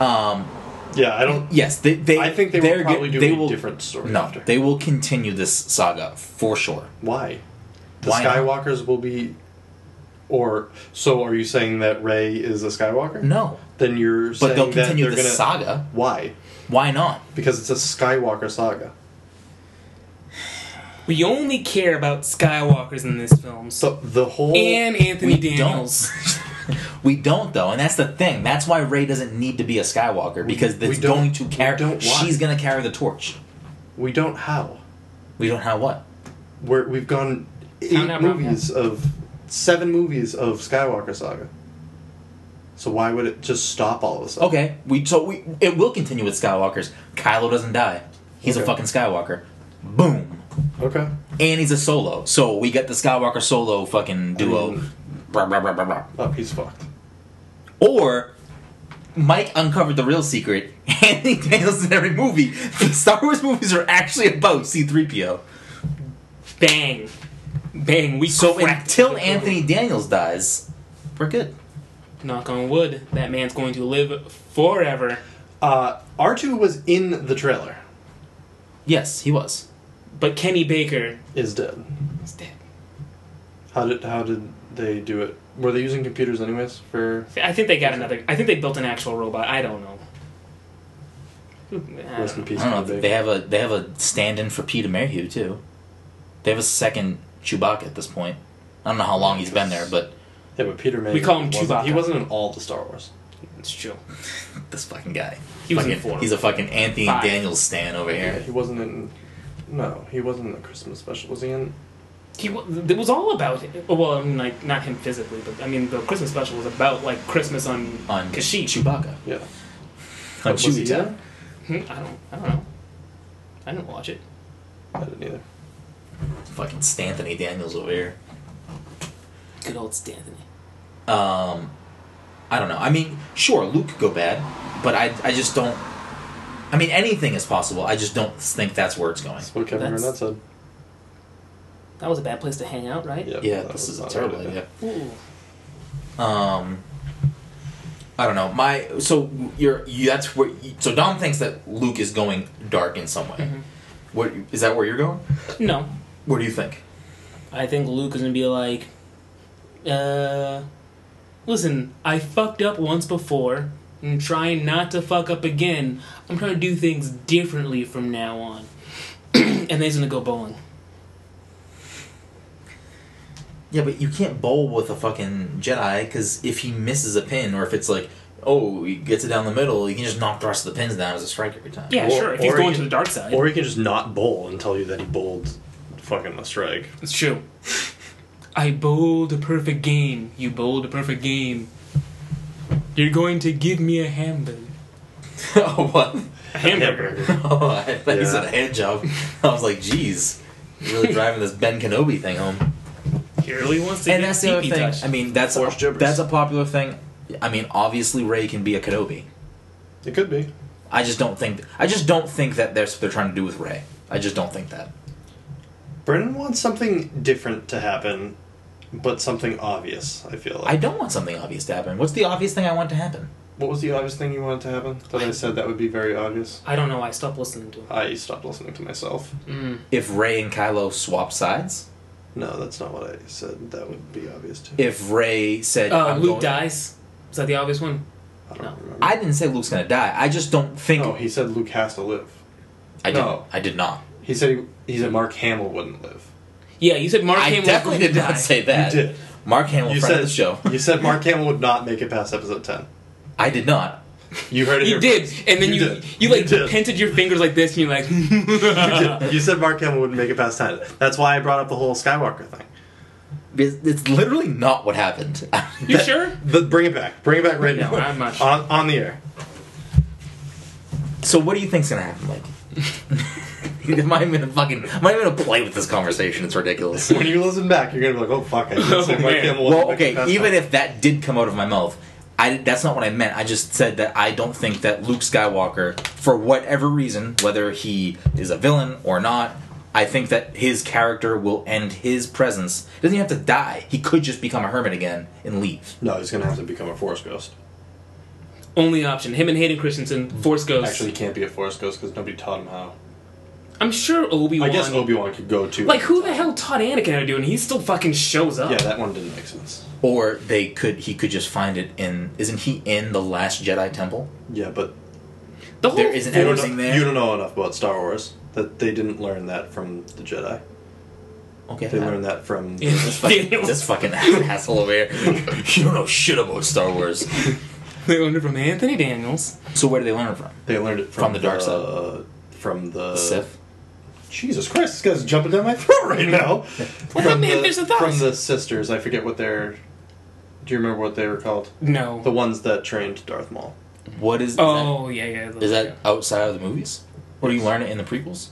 A: Um,
C: Yeah, I don't.
A: yes, they, they
C: I think they
A: they're
C: will probably
A: get-
C: do
A: they
C: a
A: will-
C: different story
A: No,
C: after.
A: they will continue this saga for sure.
C: Why? The
A: Why not?
C: Skywalkers will be. Or so are you saying that Ray is a Skywalker?
A: No,
C: Then you're saying
A: but they'll
C: that
A: continue
C: they're
A: the
C: gonna
A: saga.
C: Why?
A: Why not?
C: Because it's a Skywalker saga.
D: We only care about Skywalker's in this film, so
C: So the whole
D: and Anthony
A: We
D: Daniels.
A: don't. we don't though, and that's the thing. That's why Ray doesn't need to be a Skywalker because
C: we
A: it's
C: don't-
A: going to
C: we
A: carry.
C: don't want-
A: She's going to carry the torch.
C: we don't how.
A: We don't have what.
C: We're, we've
D: Found
C: gone eight
D: out wrong,
C: movies of seven movies of Skywalker saga. So why would it just stop all of a sudden?
A: Okay, we so we it will continue with Skywalkers. Kylo doesn't die. He's a
C: Okay.
A: fucking Skywalker. Boom.
C: Okay.
A: And he's a solo. So we got the Skywalker solo fucking duo.
C: mean-
A: Rah, rah, rah, rah, rah.
C: Oh, he's fucked.
A: Or Mike uncovered the real secret. Anthony Daniels in every movie. The Star Wars movies are actually about C3PO.
D: Bang, bang. We
A: So
D: cracked
A: until
D: the
A: Anthony Daniels dies, we're good.
D: code. Knock on wood. That man's going to live forever.
C: Uh, R2 was in the trailer.
A: Yes, he was.
D: But Kenny Baker
C: Is dead.
D: is dead.
C: How did how did they do it? Were they using computers anyways for
D: I think they got another. I think they built an actual robot. I don't know. I
C: rest in
D: don't know.
C: peace?
A: I don't know.
C: Kenny
A: They
C: Baker?
A: have a they have a stand in for Peter Mayhew too. They have a second Chewbacca at this point. I don't know how long he's been there, but
C: Yeah, but Peter May.
D: We call him
C: He
D: Chewbacca.
C: wasn't in all the Star Wars.
D: It's true.
A: this fucking guy.
D: He was in
A: Fucking-
D: four.
A: He's a fucking Anthony
D: Five.
A: Daniels stan over
C: Yeah,
A: here.
C: he wasn't in. No, he wasn't in the Christmas special. Was he in?
D: He wa- it was all about it. Well, I mean, like not him physically, but I mean the Christmas special was about like Christmas on
A: On
D: Kashyyyk.
A: Chewbacca.
C: Yeah.
A: On
C: But was he
A: Chewie
C: in?
A: Town.
D: Hmm, I don't. I don't know. I didn't watch it.
C: I didn't either.
A: Fucking Stanthony Daniels over here.
D: Good old Stanley.
A: Um, I don't know. I mean, sure, Luke could go bad, but I I just don't. I mean, anything is possible. I just don't think that's where it's going.
C: That's what Kevin
D: That's-
C: Garnett said.
D: That was a bad place to hang out, right?
C: Yep,
A: Yeah,
C: that
A: this
C: was
A: is a
C: not
A: terrible
C: right,
A: idea.
D: Ooh.
A: Um, I don't know. My so you're you, that's where you, so Dom thinks that Luke is going dark in some way.
D: Mm-hmm.
A: What is that? Where you're going?
D: No,
A: What do you think?
D: I think Luke is gonna be like, uh, listen, I fucked up once before. I'm trying not to fuck up again. I'm trying to do things differently from now on. and then he's gonna go bowling.
A: Yeah, but you can't bowl with a fucking Jedi because if he misses a pin or if it's like oh he gets it down the middle, you can just knock the rest of the pins down as a strike every time.
D: Yeah,
C: Or-
D: sure. If he's
C: or
D: going
C: he-
D: to the dark side,
C: Or he can just not bowl and tell you that he bowled fucking a strike.
D: it's true. I bowled a perfect game. You bowled a perfect game. You're going to give me a hamburger.
A: oh what?
D: A hamburger.
A: Oh, I thought you said a
C: Yeah.
A: hand job. I was like, geez, you're really driving this Ben Kenobi thing home.
D: He really wants to
A: and
D: get
A: that's the other
D: pee-pee
A: thing.
D: touched.
A: I mean, that's
C: Force
A: a,
C: gibberish.
A: that's a popular thing. I mean, obviously Ray can be a Kenobi.
C: It could be.
A: I just don't think. I just don't think that that's what they're trying to do with Ray. I just don't think that.
C: Brennan wants something different to happen, but something obvious. I feel
A: I
C: like.
A: don't want something obvious to happen. What's the obvious thing I want to happen?
C: What was the obvious thing you wanted to happen that I said that would be very obvious?
D: I don't know. I stopped listening to him.
C: I stopped listening to myself.
D: Mm.
A: If Ray and Kylo swap sides,
C: No, that's not what I said. That would be obvious too.
A: if Ray said,
D: Uh,
A: I'm
D: Luke
A: going-
D: dies. Is that the obvious one?
C: I don't
D: no.
C: remember.
A: I didn't say Luke's gonna die. I just don't think.
C: no, he said Luke has to live.
A: I didn't.
C: no.
A: I did not.
C: He said he, he said Mark Hamill wouldn't live.
D: Yeah, you said Mark
A: I
D: Hamill was
A: definitely
D: going
A: did
D: to
A: not
D: die.
A: say that.
C: You did.
A: Mark Hamill,
C: you
A: friend
C: said
A: of the show.
C: You said Mark Hamill would not make it past episode ten.
A: I did not.
C: You heard it.
D: You
C: here
D: did,
C: first.
D: and then you
C: You
D: you,
C: did.
D: like
C: You did.
D: pinted your fingers like this, and you're like,
C: You did. You said Mark Hamill wouldn't make it past ten. That's why I brought up the whole Skywalker thing.
A: It's, it's literally not what happened.
D: "You sure?"
C: But bring it back. Bring it back right
D: No,
C: now.
D: I'm not sure.
C: On on the air.
A: so what do you think's gonna happen, Mike? am I even gonna fucking? Am I even gonna play with this conversation? It's ridiculous.
C: When you listen back, you're gonna be like, "Oh fuck!" I did say
D: Oh,
C: Mark
D: man.
C: Hamill wouldn't
A: Well,
C: make it
A: okay,
C: past
A: even
C: ten.
A: if that did come out of my mouth, I that's not what I meant. I just said that I don't think that Luke Skywalker, for whatever reason, whether he is a villain or not, I think that his character will end his presence. Doesn't even have to die. He could just become a hermit again and leave.
C: no, he's gonna have to become a Force Ghost.
D: Only option: him and Hayden Christensen, Force Ghost.
C: Actually, he can't be a Force Ghost because nobody taught him how.
D: I'm sure Obi Wan.
C: I guess Obi Wan could go to
D: Like, who the hell taught Anakin how to do, it, and he still fucking shows up.
C: Yeah, that one didn't make sense.
A: Or they could he could just find it in isn't he in the last Jedi Temple?
C: Yeah, but
D: the whole
A: There isn't
C: you don't,
A: anything
C: know, you
A: there.
C: don't know enough about Star Wars that they didn't learn that from the Jedi.
A: Okay.
C: They learned that from the
A: This fucking, this fucking asshole over here. You don't know shit about Star Wars.
D: They learned it from Anthony Daniels.
A: So where do they learn it from?
C: They learned it from,
A: From the dark side.
C: the- From the,
A: Sith.
C: Jesus Christ, this guy's jumping down my throat right now.
D: Well, that
C: from,
D: man
C: the,
D: is a thousand.
C: from the sisters, I forget what they're. Do you remember what they were called?
D: No.
C: The ones that trained Darth Maul.
A: What is that?
D: oh yeah, yeah.
A: Is that outside of the movies? Or do you learn it in the prequels?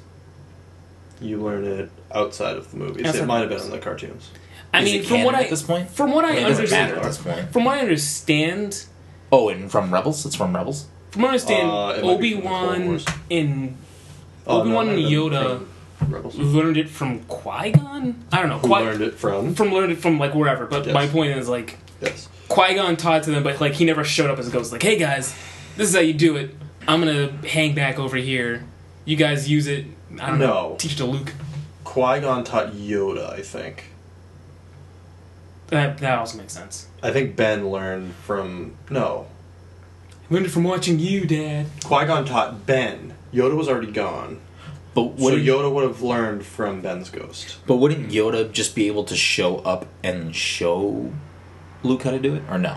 C: You learn it outside of the movies.
D: Outside
C: it might have
D: the
C: been in the cartoons.
D: I
A: Is
D: mean,
A: it
D: from what
A: canon
D: I
A: at this point?
D: from what I,
A: I mean, it doesn't matter at
D: understand,
A: this point.
D: from what I understand,
A: Oh, and from Rebels? It's from Rebels?
D: from what I understand,
C: Uh, it might be
D: Obi
C: from the Clone
D: Wan
C: Wars.
D: in Obi-Wan
C: Oh, it might
D: and
C: have
D: Yoda
C: been from Rebels. Who
D: learned it from Qui Gon. I don't know. Qui-
C: learned it from?
D: from learned it from like wherever. But
C: Yes.
D: my point is like
C: Yes.
D: Qui Gon taught to them, but like he never showed up as a ghost. Like, hey guys, this is how you do it. I'm gonna hang back over here. You guys use it. I don't know.
C: No.
D: Teach it to Luke.
C: Qui Gon taught Yoda, I think.
D: That that also makes sense.
C: I think Ben learned from. No.
D: Learned it from watching you, Dad.
C: Qui Gon taught Ben. Yoda was already gone.
A: But
C: so
A: wouldn't,
C: Yoda would have learned from Ben's ghost.
A: but wouldn't Yoda just be able to show up and show Luke how to do it? Or no?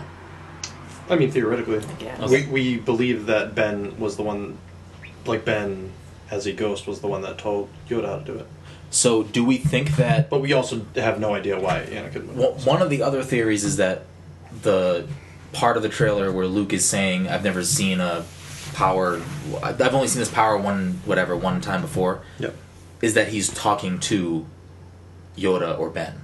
C: I mean, theoretically.
D: guess.
C: We, we believe that Ben was the one. Like, Ben, as a ghost, was the one that told Yoda how to do it.
A: So do we think that.
C: But we also have no idea why Anakin would.
A: Well, one of the other theories is that the part of the trailer where Luke is saying, "I've never seen a power. I've only seen this power one whatever one time before,"
C: Yep.
A: is that he's talking to Yoda or Ben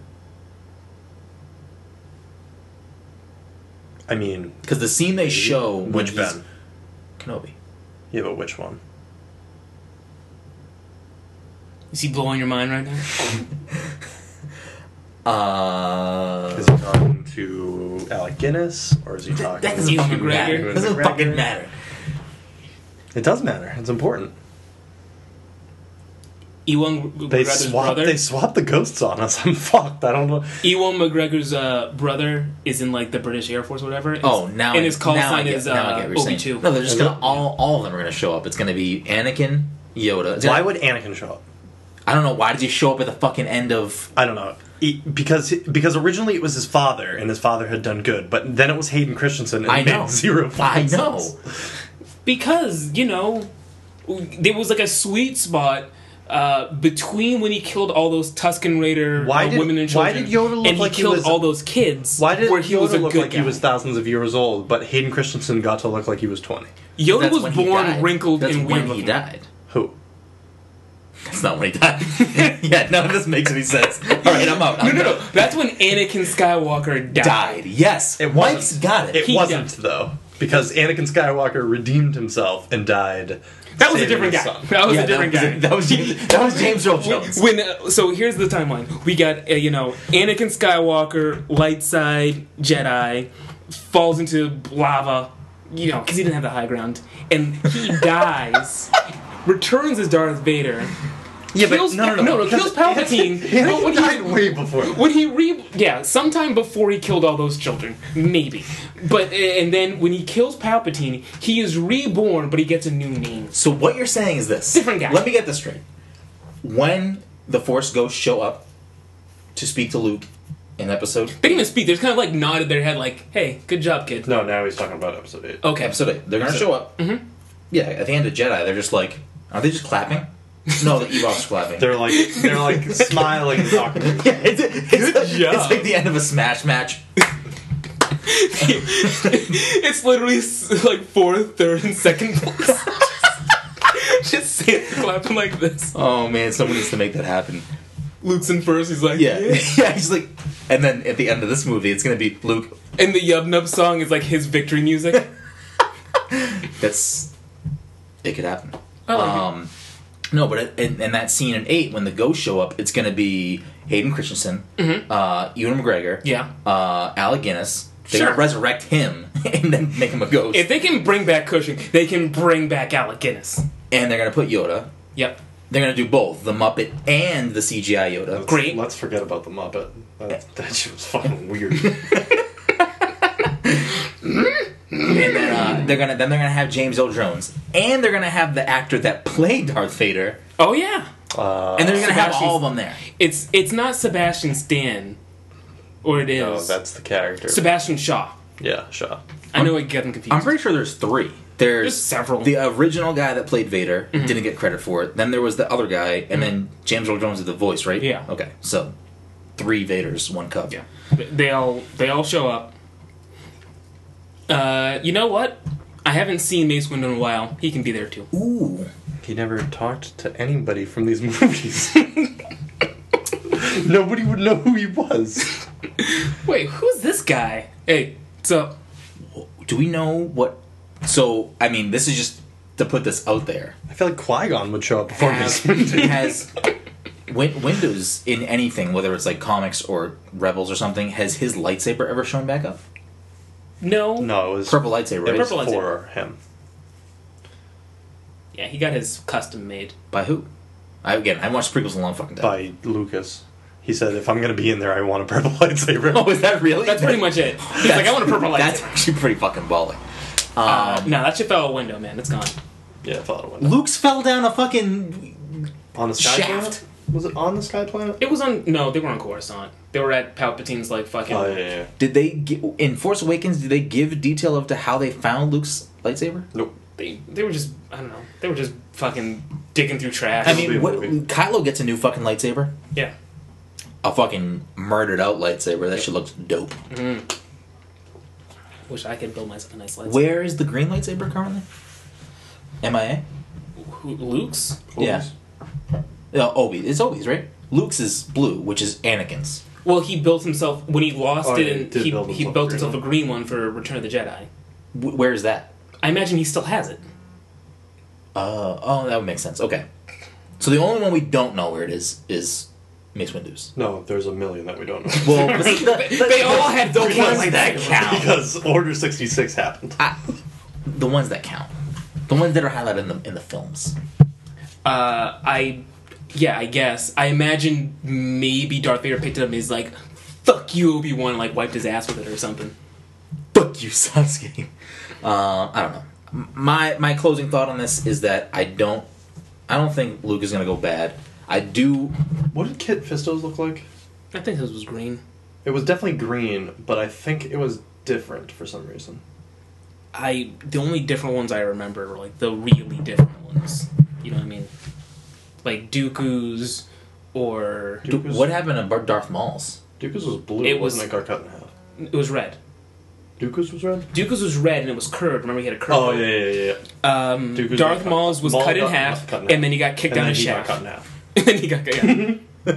C: I mean,
A: because the scene they show when
C: which
A: he's-
C: Ben?
A: Kenobi.
C: Yeah, but which one?
D: Is he blowing your mind right now?
A: Uh,
C: Is he talking to Alec Guinness, or is he talking?
A: that doesn't
D: Ewan
A: fucking
D: McGregor?
A: matter.
C: Ewan
A: doesn't
C: McGregor?
A: fucking matter.
C: it does matter. It's important.
D: Ewan
C: They
D: McGregor's
C: swap.
D: brother.
C: They swap the ghosts on us. I'm fucked. I don't know.
D: Ewan McGregor's uh, brother is in like the British Air Force, or whatever.
A: Oh, now
D: and
A: I-
D: his call
A: now I
D: sign
A: get-
D: is
A: now I
D: uh,
A: get what you're
D: Obi
A: saying.
D: Two.
A: No, they're just gonna
C: Is it-
A: all all of them are gonna show up. It's gonna be Anakin, Yoda. It's
C: Why
A: gonna-
C: would Anakin show up?
A: I don't know. Why did you show up at the fucking end of
C: I don't know. He- because because originally it was his father, and his father had done good, but then it was Hayden Christensen, and
A: I
C: it made
A: know.
C: zero.
A: I
C: fucking
A: know.
C: sense.
D: because you know there was like a sweet spot uh, between when he killed all those Tuscan Raider
C: Why
D: uh,
C: did-
D: women and
C: why
D: children,
C: did Yoda look
D: and
C: like
D: he
C: he
D: killed
C: was-
D: all those kids.
C: Why did
D: where he
C: Yoda
D: was a
C: look
D: good
C: like
D: guy.
C: he was thousands of years old, but Hayden Christensen got to look like he was twenty?
D: Yoda
A: That's
D: was
A: when he
D: born
A: died.
D: wrinkled
A: That's
D: and weird
A: when he
D: looking.
A: died.
C: Who?
A: That's not when he died. yeah, none of this makes any sense. All right, I'm out.
D: No,
A: I'm
D: no,
A: done.
D: no. That's when Anakin Skywalker died.
A: Died. Yes,
C: It wasn't.
A: Mike's got it.
C: It
D: He
C: wasn't
D: died.
C: though, because Anakin Skywalker redeemed himself and died.
D: That was a
C: saving
D: different
C: his
D: guy.
C: son.
D: That was
A: Yeah,
D: a different guy.
A: that was, James, that was James Earl Jones.
D: When uh, so here's the timeline. We got uh, you know Anakin Skywalker, light side Jedi, falls into lava, you know, because he didn't have the high ground, and he dies. Returns as Darth Vader.
C: Yeah, but
D: Kills-
C: no, no, no,
D: no, no, kills Palpatine, but
C: Anakin
D: when he-
C: died way before. that.
D: When he re yeah, sometime before he killed all those children, maybe. But and then when he kills Palpatine, he is reborn, but he gets a new name.
A: So what you're saying is this.
D: Different guy.
A: Let me get this straight. When the Force ghosts show up to speak to Luke, an episode.
D: They didn't even speak. They just kind of like nodded their head, like, "Hey, good job, kid."
C: No, now he's talking about episode eight.
D: Okay.
A: Episode eight. They're gonna
D: Episode-
A: show up. Mm-hmm. Yeah, at the end of Jedi, they're just like, are they just clapping? No, the Ewoks clapping.
C: They're like they're like smiling and talking.
A: yeah, it's, it's, Good
D: job.
A: it's like the end of a Smash match.
D: it's literally s- like fourth, third, and second place. just saying, clapping like this.
A: Oh man, someone needs to make that happen.
D: Luke's in first. He's like,
A: Yeah, yeah. He's like, and then at the end of this movie, it's gonna be Luke.
D: And the Yub Nub song is like his victory music.
A: That's it could happen.
D: I like it.
A: um, No, but it, in, in that scene in eight when the ghosts show up, it's gonna be Hayden Christensen, uh, Ewan McGregor,
D: Mm-hmm. Yeah.
A: uh, Alec Guinness. They're
D: Sure.
A: gonna resurrect him and then make him a ghost,
D: If they can bring back Cushing, they can bring back Alec Guinness.
A: and they're gonna put Yoda.
D: Yep.
A: They're gonna do both the Muppet and the CGI Yoda.
D: Great.
C: Let's forget about the Muppet. That, that shit was fucking weird.
A: And then uh, they're gonna then they're gonna have James Earl Jones, and they're gonna have the actor that played Darth Vader,
D: Oh yeah.
C: Uh,
A: and they're gonna have
D: Sebastian-
A: all of them there.
D: It's it's not Sebastian Stan, or it is
C: no, oh, that's the character.
D: Sebastian Shaw.
C: yeah, Shaw.
D: I know I get them confused.
A: I'm pretty sure there's three. There's, Mm-hmm.
D: There's several.
A: The original guy that played Vader didn't get credit for it. Then there was the other guy, and then James Earl Jones did the voice, right?
D: Yeah.
A: Okay, so three Vaders, one Cub.
D: Yeah. They all they all show up. Uh, you know what? I haven't seen Mace Windu in a while. He can be there too.
A: Ooh.
C: He never talked to anybody from these movies. Nobody would know who he was.
D: Wait, who's this guy? Hey, so
A: Do we know what? So I mean, this is just to put this out there.
C: I feel like Qui Gon would show up before
A: Has,
C: his
A: has Win- Windows in anything, whether it's like comics or Rebels or something, has his lightsaber ever shown back up?
D: no.
C: No, it was
A: Purple lightsaber,
C: It
A: right?
C: was
D: Purple lightsaber.
C: for him.
D: Yeah, he got his custom made.
A: By who? I, again, I watched prequels a long fucking time.
C: by Lucas. He said, "If I'm gonna be in there, I want a purple lightsaber."
A: Oh, is that really?
D: That's pretty much it. He's like, I want a purple
A: That's
D: lightsaber.
A: actually pretty fucking baller. Um,
D: Uh, no, that shit fell out a window, man. It's gone.
C: yeah, I thought it went
A: Luke's fell down a fucking.
C: on the sky
A: Shaft.
C: planet. Was it on the sky planet?
D: It was on. No, they were on Coruscant. They were at Palpatine's like fucking.
C: Oh yeah, yeah, yeah.
A: Did they gi- in Force Awakens? Did they give detail of to how they found Luke's lightsaber?
C: Nope.
D: They they were just I don't know. They were just fucking digging through trash.
A: I
C: It'll be a
A: mean, what,
C: movie.
A: Kylo gets a new fucking lightsaber.
D: yeah.
A: A fucking murdered out lightsaber. That shit looks dope.
D: Mm-hmm. Wish I could build myself a nice lightsaber.
A: Where is the green lightsaber currently? MIA.
D: Who- Luke's.
A: Yeah. Uh, Obi. It's Obi's, right? Luke's is blue, which is Anakin's.
D: Well, he built himself when he lost
C: Oh,
D: it,
C: yeah, he
D: and
C: did
D: he,
C: build
D: he
C: himself
D: built
C: a green
D: himself a
C: one.
D: green one for Return of the Jedi.
A: W- where is that?
D: I imagine he still has it.
A: Uh, oh, that would make sense. Okay. So the only one we don't know where it is is Mace Windu's.
C: No, there's a million that we don't know
A: Well, the,
D: They all had Uh,
A: the
D: green
A: ones that
D: lightsabers.
A: count.
C: because Order sixty six happened.
A: I, the ones that count, the ones that are highlighted in the in the films.
D: Uh, I, yeah, I guess. I imagine maybe Darth Vader picked it up and he's like, "Fuck you, Obi Wan," like wiped his ass with it or something.
A: Fuck you, Sasuke. Um, I don't know. M- My my closing thought on this is that I don't I don't think Luke is gonna go bad. I do.
C: What did Kit Fisto's look like?
D: I think his was green.
C: It was definitely green, but I think it was different for some reason.
D: I the only different ones I remember were like the really different ones. You know what I mean? Like Dooku's or
A: do-
C: Dooku's-
A: what happened to Bar- Darth Maul's?
C: Dooku's was blue.
D: It
C: It
D: was-
C: wasn't it got cut in half.
D: it was red.
C: Dooku's was red.
D: Dooku's was red and it was curved. Remember he had a curve.
C: Oh yeah, yeah, yeah. yeah.
D: Um,
C: Dooku's
D: Darth
C: got cut-
D: Maul's was
C: Maul
D: cut in
C: got-
D: half,
C: cut in
D: and
C: half.
D: then he got kicked
C: and
D: down
C: then
D: his
C: he got
D: shaft.
C: cut in half.
D: and then he got yeah.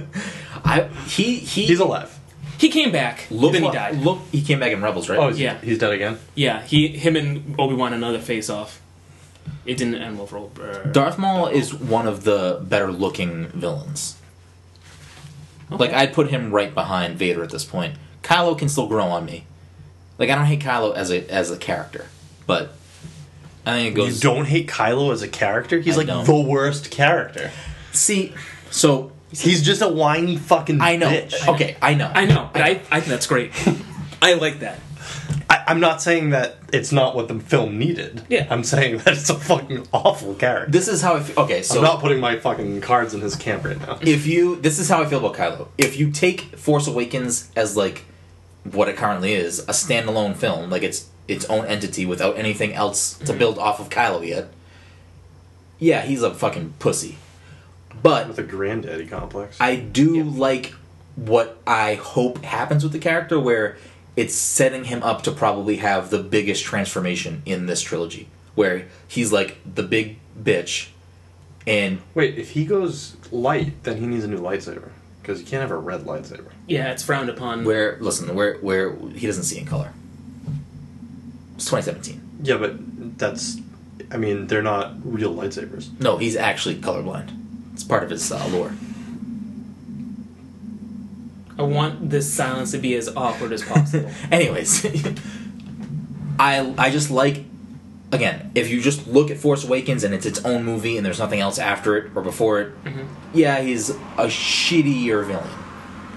A: I he he
C: He's alive.
D: he came back.
A: Look,
D: then he
A: like-
D: died.
A: Look, he came back in Rebels, right?
C: Oh he's,
D: Yeah.
C: he's dead again.
D: Yeah, he him and Obi Wan another face off. It didn't end well for Obi- uh,
A: Darth Maul is one of the better looking villains. Like I'd put him right behind Vader at this point. Kylo can still grow on me. Like I don't hate Kylo as a as a character, but I think it
C: You
A: goes.
C: don't hate Kylo as a character? He's
A: I
C: like
A: don't.
C: the worst character.
A: see, so
C: He's just a whiny fucking
A: I know.
C: bitch.
A: Okay, I know.
D: I know, but I I think that's great. I like that.
C: I, I'm not saying that it's not what the film needed.
D: Yeah.
C: I'm saying that it's a fucking awful character.
A: This is how I feel. Okay, so
C: I'm not putting my fucking cards in his camp right now.
A: if you this is how I feel about Kylo. If you take Force Awakens as like what it currently is, a standalone film, like it's its own entity without anything else to build off of Kylo yet. Yeah, he's a fucking pussy.
C: With
A: But
C: a granddaddy complex.
A: I do like what I hope happens with the character where it's setting him up to probably have the biggest transformation in this trilogy where he's like the big bitch and
C: Wait, if he goes light, then he needs a new lightsaber. Because you can't have a red lightsaber.
D: Yeah, it's frowned upon.
A: where listen where where he doesn't see in color it's 2017
C: Yeah, but that's. I mean, they're not real lightsabers.
A: no he's actually colorblind it's part of his uh, lore
D: I want this silence to be as awkward as possible.
A: anyways i i just like again if you just look at force awakens and it's its own movie and there's nothing else after it or before it yeah he's a shittier villain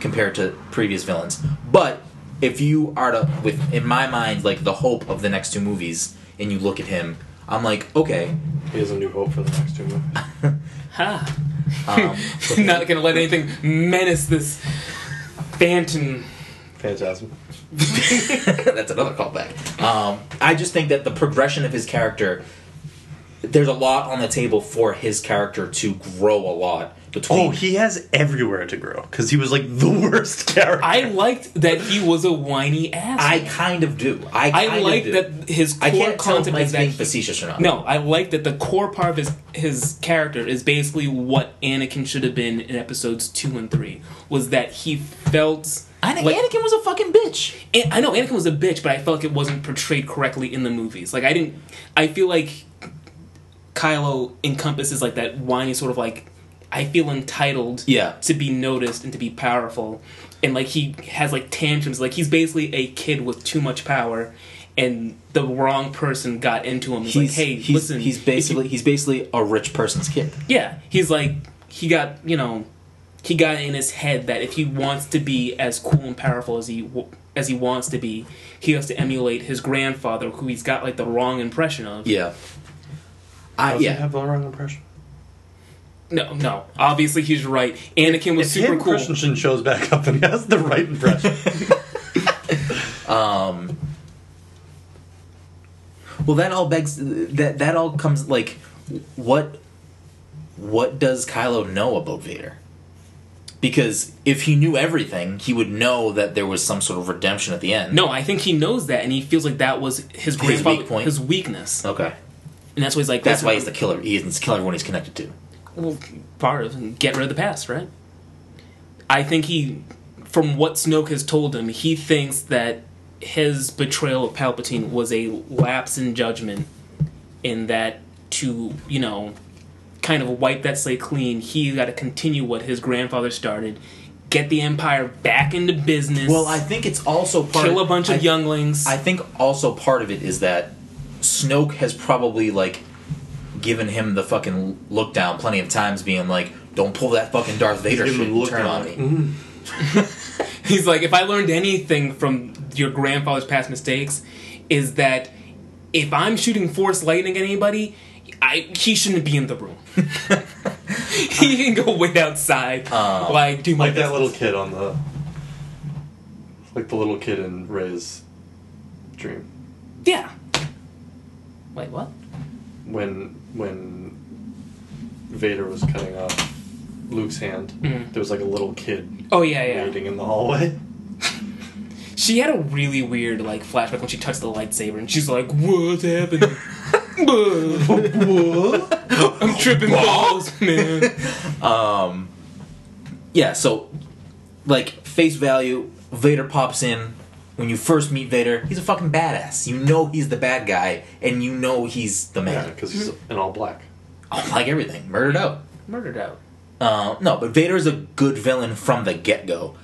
A: compared to previous villains but if you are to with in my mind like the hope of the next two movies and you look at him i'm like okay
C: He has a new hope for the next two movies.
D: ha!
A: um,
D: Not gonna let anything menace this phantom.
C: Phantasm.
A: That's another callback. Um, I just think that the progression of his character, there's a lot on the table for his character to grow a lot between.
C: Oh, he has everywhere to grow. Because he was like the worst character.
D: I liked that he was a whiny ass.
A: I kind of do. I kind
D: I
A: of
D: like
A: do.
D: that his core
A: I can't tell if
D: concept
A: Mike's
D: is that
A: being
D: he-
A: facetious or not.
D: No, I like that the core part of his his character is basically what Anakin should have been in episodes two and three. Was that he felt
A: Ana-
D: like-
A: Anakin was a fucking bitch.
D: An- I know Anakin was a bitch, but I felt like it wasn't portrayed correctly in the movies. Like I didn't. I feel like Kylo encompasses like that whiny sort of like I feel entitled
A: Yeah.
D: to be noticed and to be powerful, and like he has like tantrums. Like he's basically a kid with too much power. And the wrong person got into him. He's, like, hey,
A: he's,
D: listen.
A: He's
D: if you-
A: basically he's basically a rich person's kid.
D: yeah, he's like he got you know he got in his head that if he wants to be as cool and powerful as he w- as he wants to be, he has to emulate his grandfather, who he's got like the wrong impression of.
A: Yeah. I
C: Does
A: yeah.
C: he have the wrong impression?
D: No, no, obviously he's right. Anakin was
C: If
D: super
C: Hayden
D: cool.
C: Christensen shows back up and he has the right impression.
A: Um, Well, that all begs that that all comes like what what does Kylo know about Vader? Because if he knew everything, he would know that there was some sort of redemption at the end.
D: No, I think he knows that, and he feels like that was his
A: weak
D: grandfather,
A: point.
D: his weakness,
A: Okay.
D: and that's why he's like.
A: That's
D: listen,
A: why he's the killer. He is the killer when he's connected to.
D: well, part of and get rid of the past, right? I think he, from what Snoke has told him, he thinks that his betrayal of Palpatine was a lapse in judgment, in that to you know, kind of wipe that slate clean, he got to continue what his grandfather started, get the Empire back into business.
A: Well, I think it's also part
D: kill a bunch of
A: I-
D: younglings.
A: I think also part of it is that Snoke has probably like given him the fucking look down plenty of times, being like, "Don't pull that fucking Darth Vader
C: Give
A: shit
C: him the
A: and
C: look
A: turn
C: down.
A: on me."
D: He's like, if I learned anything from your grandfather's past mistakes, is that if I'm shooting force lightning at anybody, I he shouldn't be in the room.
C: Mm-hmm.
D: he can go wait outside while I do my
C: like that
D: business.
C: little kid on the like the little kid in Ray's dream
D: Yeah. Wait, what?
C: when when Vader was cutting off Luke's hand there was like a little kid
D: Oh yeah, yeah.
C: waiting in the hallway
D: She had a really weird like flashback when she touched the lightsaber, and she's like, "What's happening? I'm tripping balls, man."
A: yeah, so like face value, Vader pops in. When you first meet Vader, he's a fucking badass. You know he's the bad guy, and you know he's the
C: yeah
A: man.
C: because he's in all black
A: Oh, like everything, murdered out.
D: Murdered out.
A: Uh, no, but Vader is a good villain from the get go.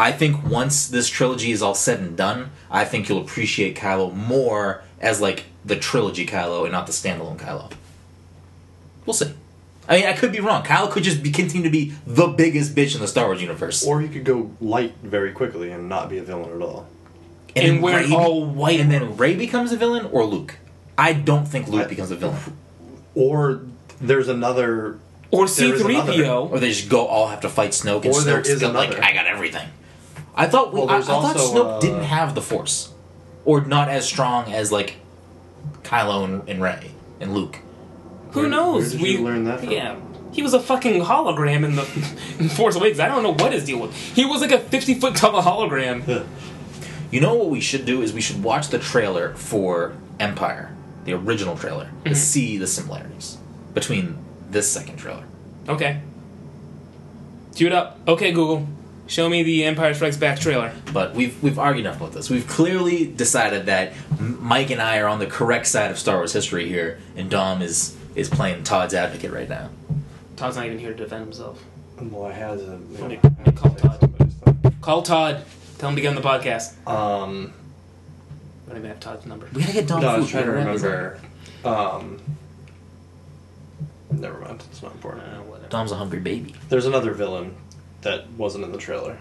A: I think once this trilogy is all said and done, I think you'll appreciate Kylo more as like the trilogy Kylo and not the standalone Kylo. We'll see. I mean, I could be wrong. Kylo could just be, continue to be the biggest bitch in the Star Wars universe.
C: or he could go light very quickly and not be a villain at all
D: And
A: then
D: we're
A: Ray-
D: all white
A: and then Ray becomes a villain or Luke. I don't think Luke becomes a villain,
C: Or there's another.
D: or
C: There is another.
D: C3PO.
A: or they just go all have to fight Snoke, and
C: Or there
A: Snoke's
C: is
A: got, like
C: another.
A: I got everything. I thought we,
C: Well,
A: I, I
C: there's
A: thought
C: also,
A: Snoke
C: uh,
A: didn't have the Force, or not as strong as like Kylo and, and Ray and Luke.
D: Who
C: Where-
D: knows?
C: where did
D: we
C: you learn that from?
D: Yeah. He was a fucking hologram in the in Force Awakens. I don't know what his deal was. He was like a 50 foot tall hologram.
A: You know what we should do is we should watch the trailer for Empire, the original trailer, to see the similarities between this second trailer.
D: Okay. Cue it up. Okay, Google. Show me the Empire Strikes Back trailer.
A: But we've we've argued enough about this. We've clearly decided that M- Mike and I are on the correct side of Star Wars history here, and Dom is is playing Todd's advocate right now.
D: Todd's not even here to defend himself.
C: Well, I had to.
D: Let me-
C: I
D: let me call
C: had to say
D: Todd.
C: somebody's thing.
D: Call Todd. Tell him to get on the podcast.
C: Um,
D: I don't even have Todd's number.
A: We gotta get Dom.
C: no, I
A: food.
C: was trying to
A: We gotta wrap this up.
C: remember. Um, never mind. It's not
D: Uh,
C: important.
D: whatever.
A: Dom's a hungry baby.
C: There's another villain that wasn't in the trailer,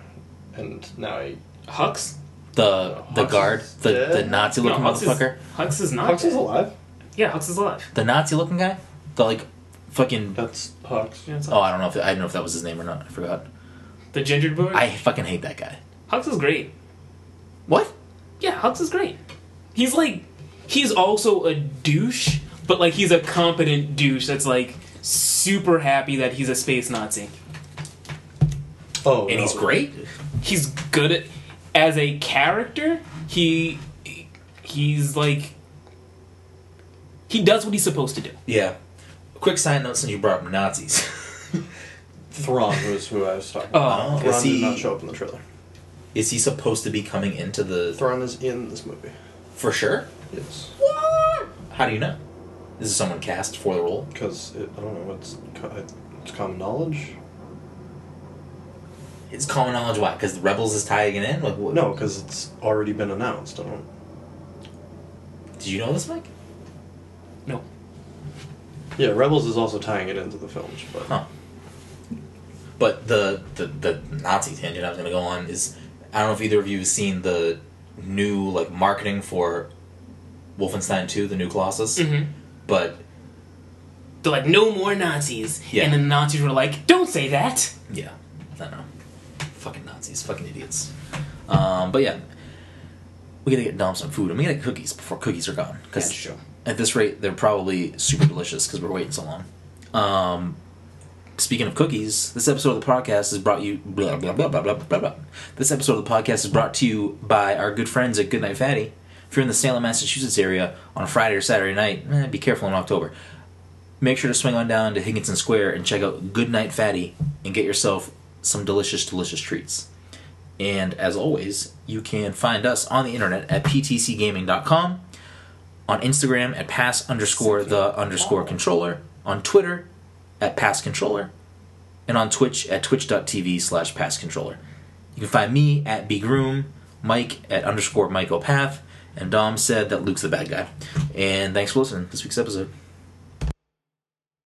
C: and now I.
D: Hux?
A: The the
C: Hux
A: guard,
C: is
A: the
C: dead?
A: the Nazi looking
D: No, Hux is-
A: motherfucker,
D: Hux is not.
C: Hux is alive.
D: Yeah, Hux is alive.
A: the Nazi looking guy, the like fucking.
C: That's Hux.
D: Yeah, it's
A: Oh,
D: Hux.
A: I don't know if I don't know if that was his name or not. I forgot.
D: The gingered boy?
A: I fucking hate that guy.
D: Hux is great.
A: What?
D: Yeah, Hux is great. He's like, he's also a douche, but like he's a competent douche that's like super happy that he's a space Nazi.
C: Oh,
A: And
C: no.
A: he's great.
D: He's good at, as a character. He, he's like, he does what he's supposed to do.
A: Yeah. Quick side note since you brought up Nazis.
C: Thrawn was who I was talking
D: Oh,
C: about.
A: Oh,
C: Thrawn
A: is he-
C: did not show up in the trailer.
A: Is he supposed to be coming into the
C: Thrawn is in this movie.
A: for sure?
C: Yes,
A: What? How do you know? Is someone cast for the role?
C: because I don't know what's co- it's common knowledge.
A: It's common knowledge why? Because the Rebels is tying it in? Like, what?
C: No, because it's already been announced. I don't.
A: Did you know this, Mike?
D: No.
C: Yeah, Rebels is also tying it into the films, but
A: Huh. But the, the, the Nazi tangent I was going to go on is I don't know if either of you have seen the new like marketing for Wolfenstein 2, the new Colossus,
D: Mm-hmm.
A: but
D: They're like, no more Nazis.
A: Yeah.
D: And the Nazis were like, don't say that.
A: Yeah, I don't know. Fucking Nazis, fucking idiots. Um, but yeah, we gotta get Dom some food, and we gotta get cookies before cookies are gone. Because
D: Yeah, sure.
A: at this rate, they're probably super delicious because we're waiting so long. Um, speaking of cookies, this episode of the podcast is brought you blah blah blah blah blah blah blah. This episode of the podcast is brought to you by our good friends at Goodnight Fatty. If you're in the Salem, Massachusetts area on a Friday or Saturday night, eh, be careful in October make sure to swing on down to Higginson Square and check out Goodnight Fatty and get yourself some delicious, delicious treats. And as always, you can find us on the internet at ptcgaming.com, on Instagram at pass underscore the underscore controller, on Twitter at pass controller, and on Twitch at twitch.tv slash pass controller. You can find me at bgroom, Mike at underscore Mike O'Path, and Dom said that Luke's the bad guy. And thanks for listening to this week's episode.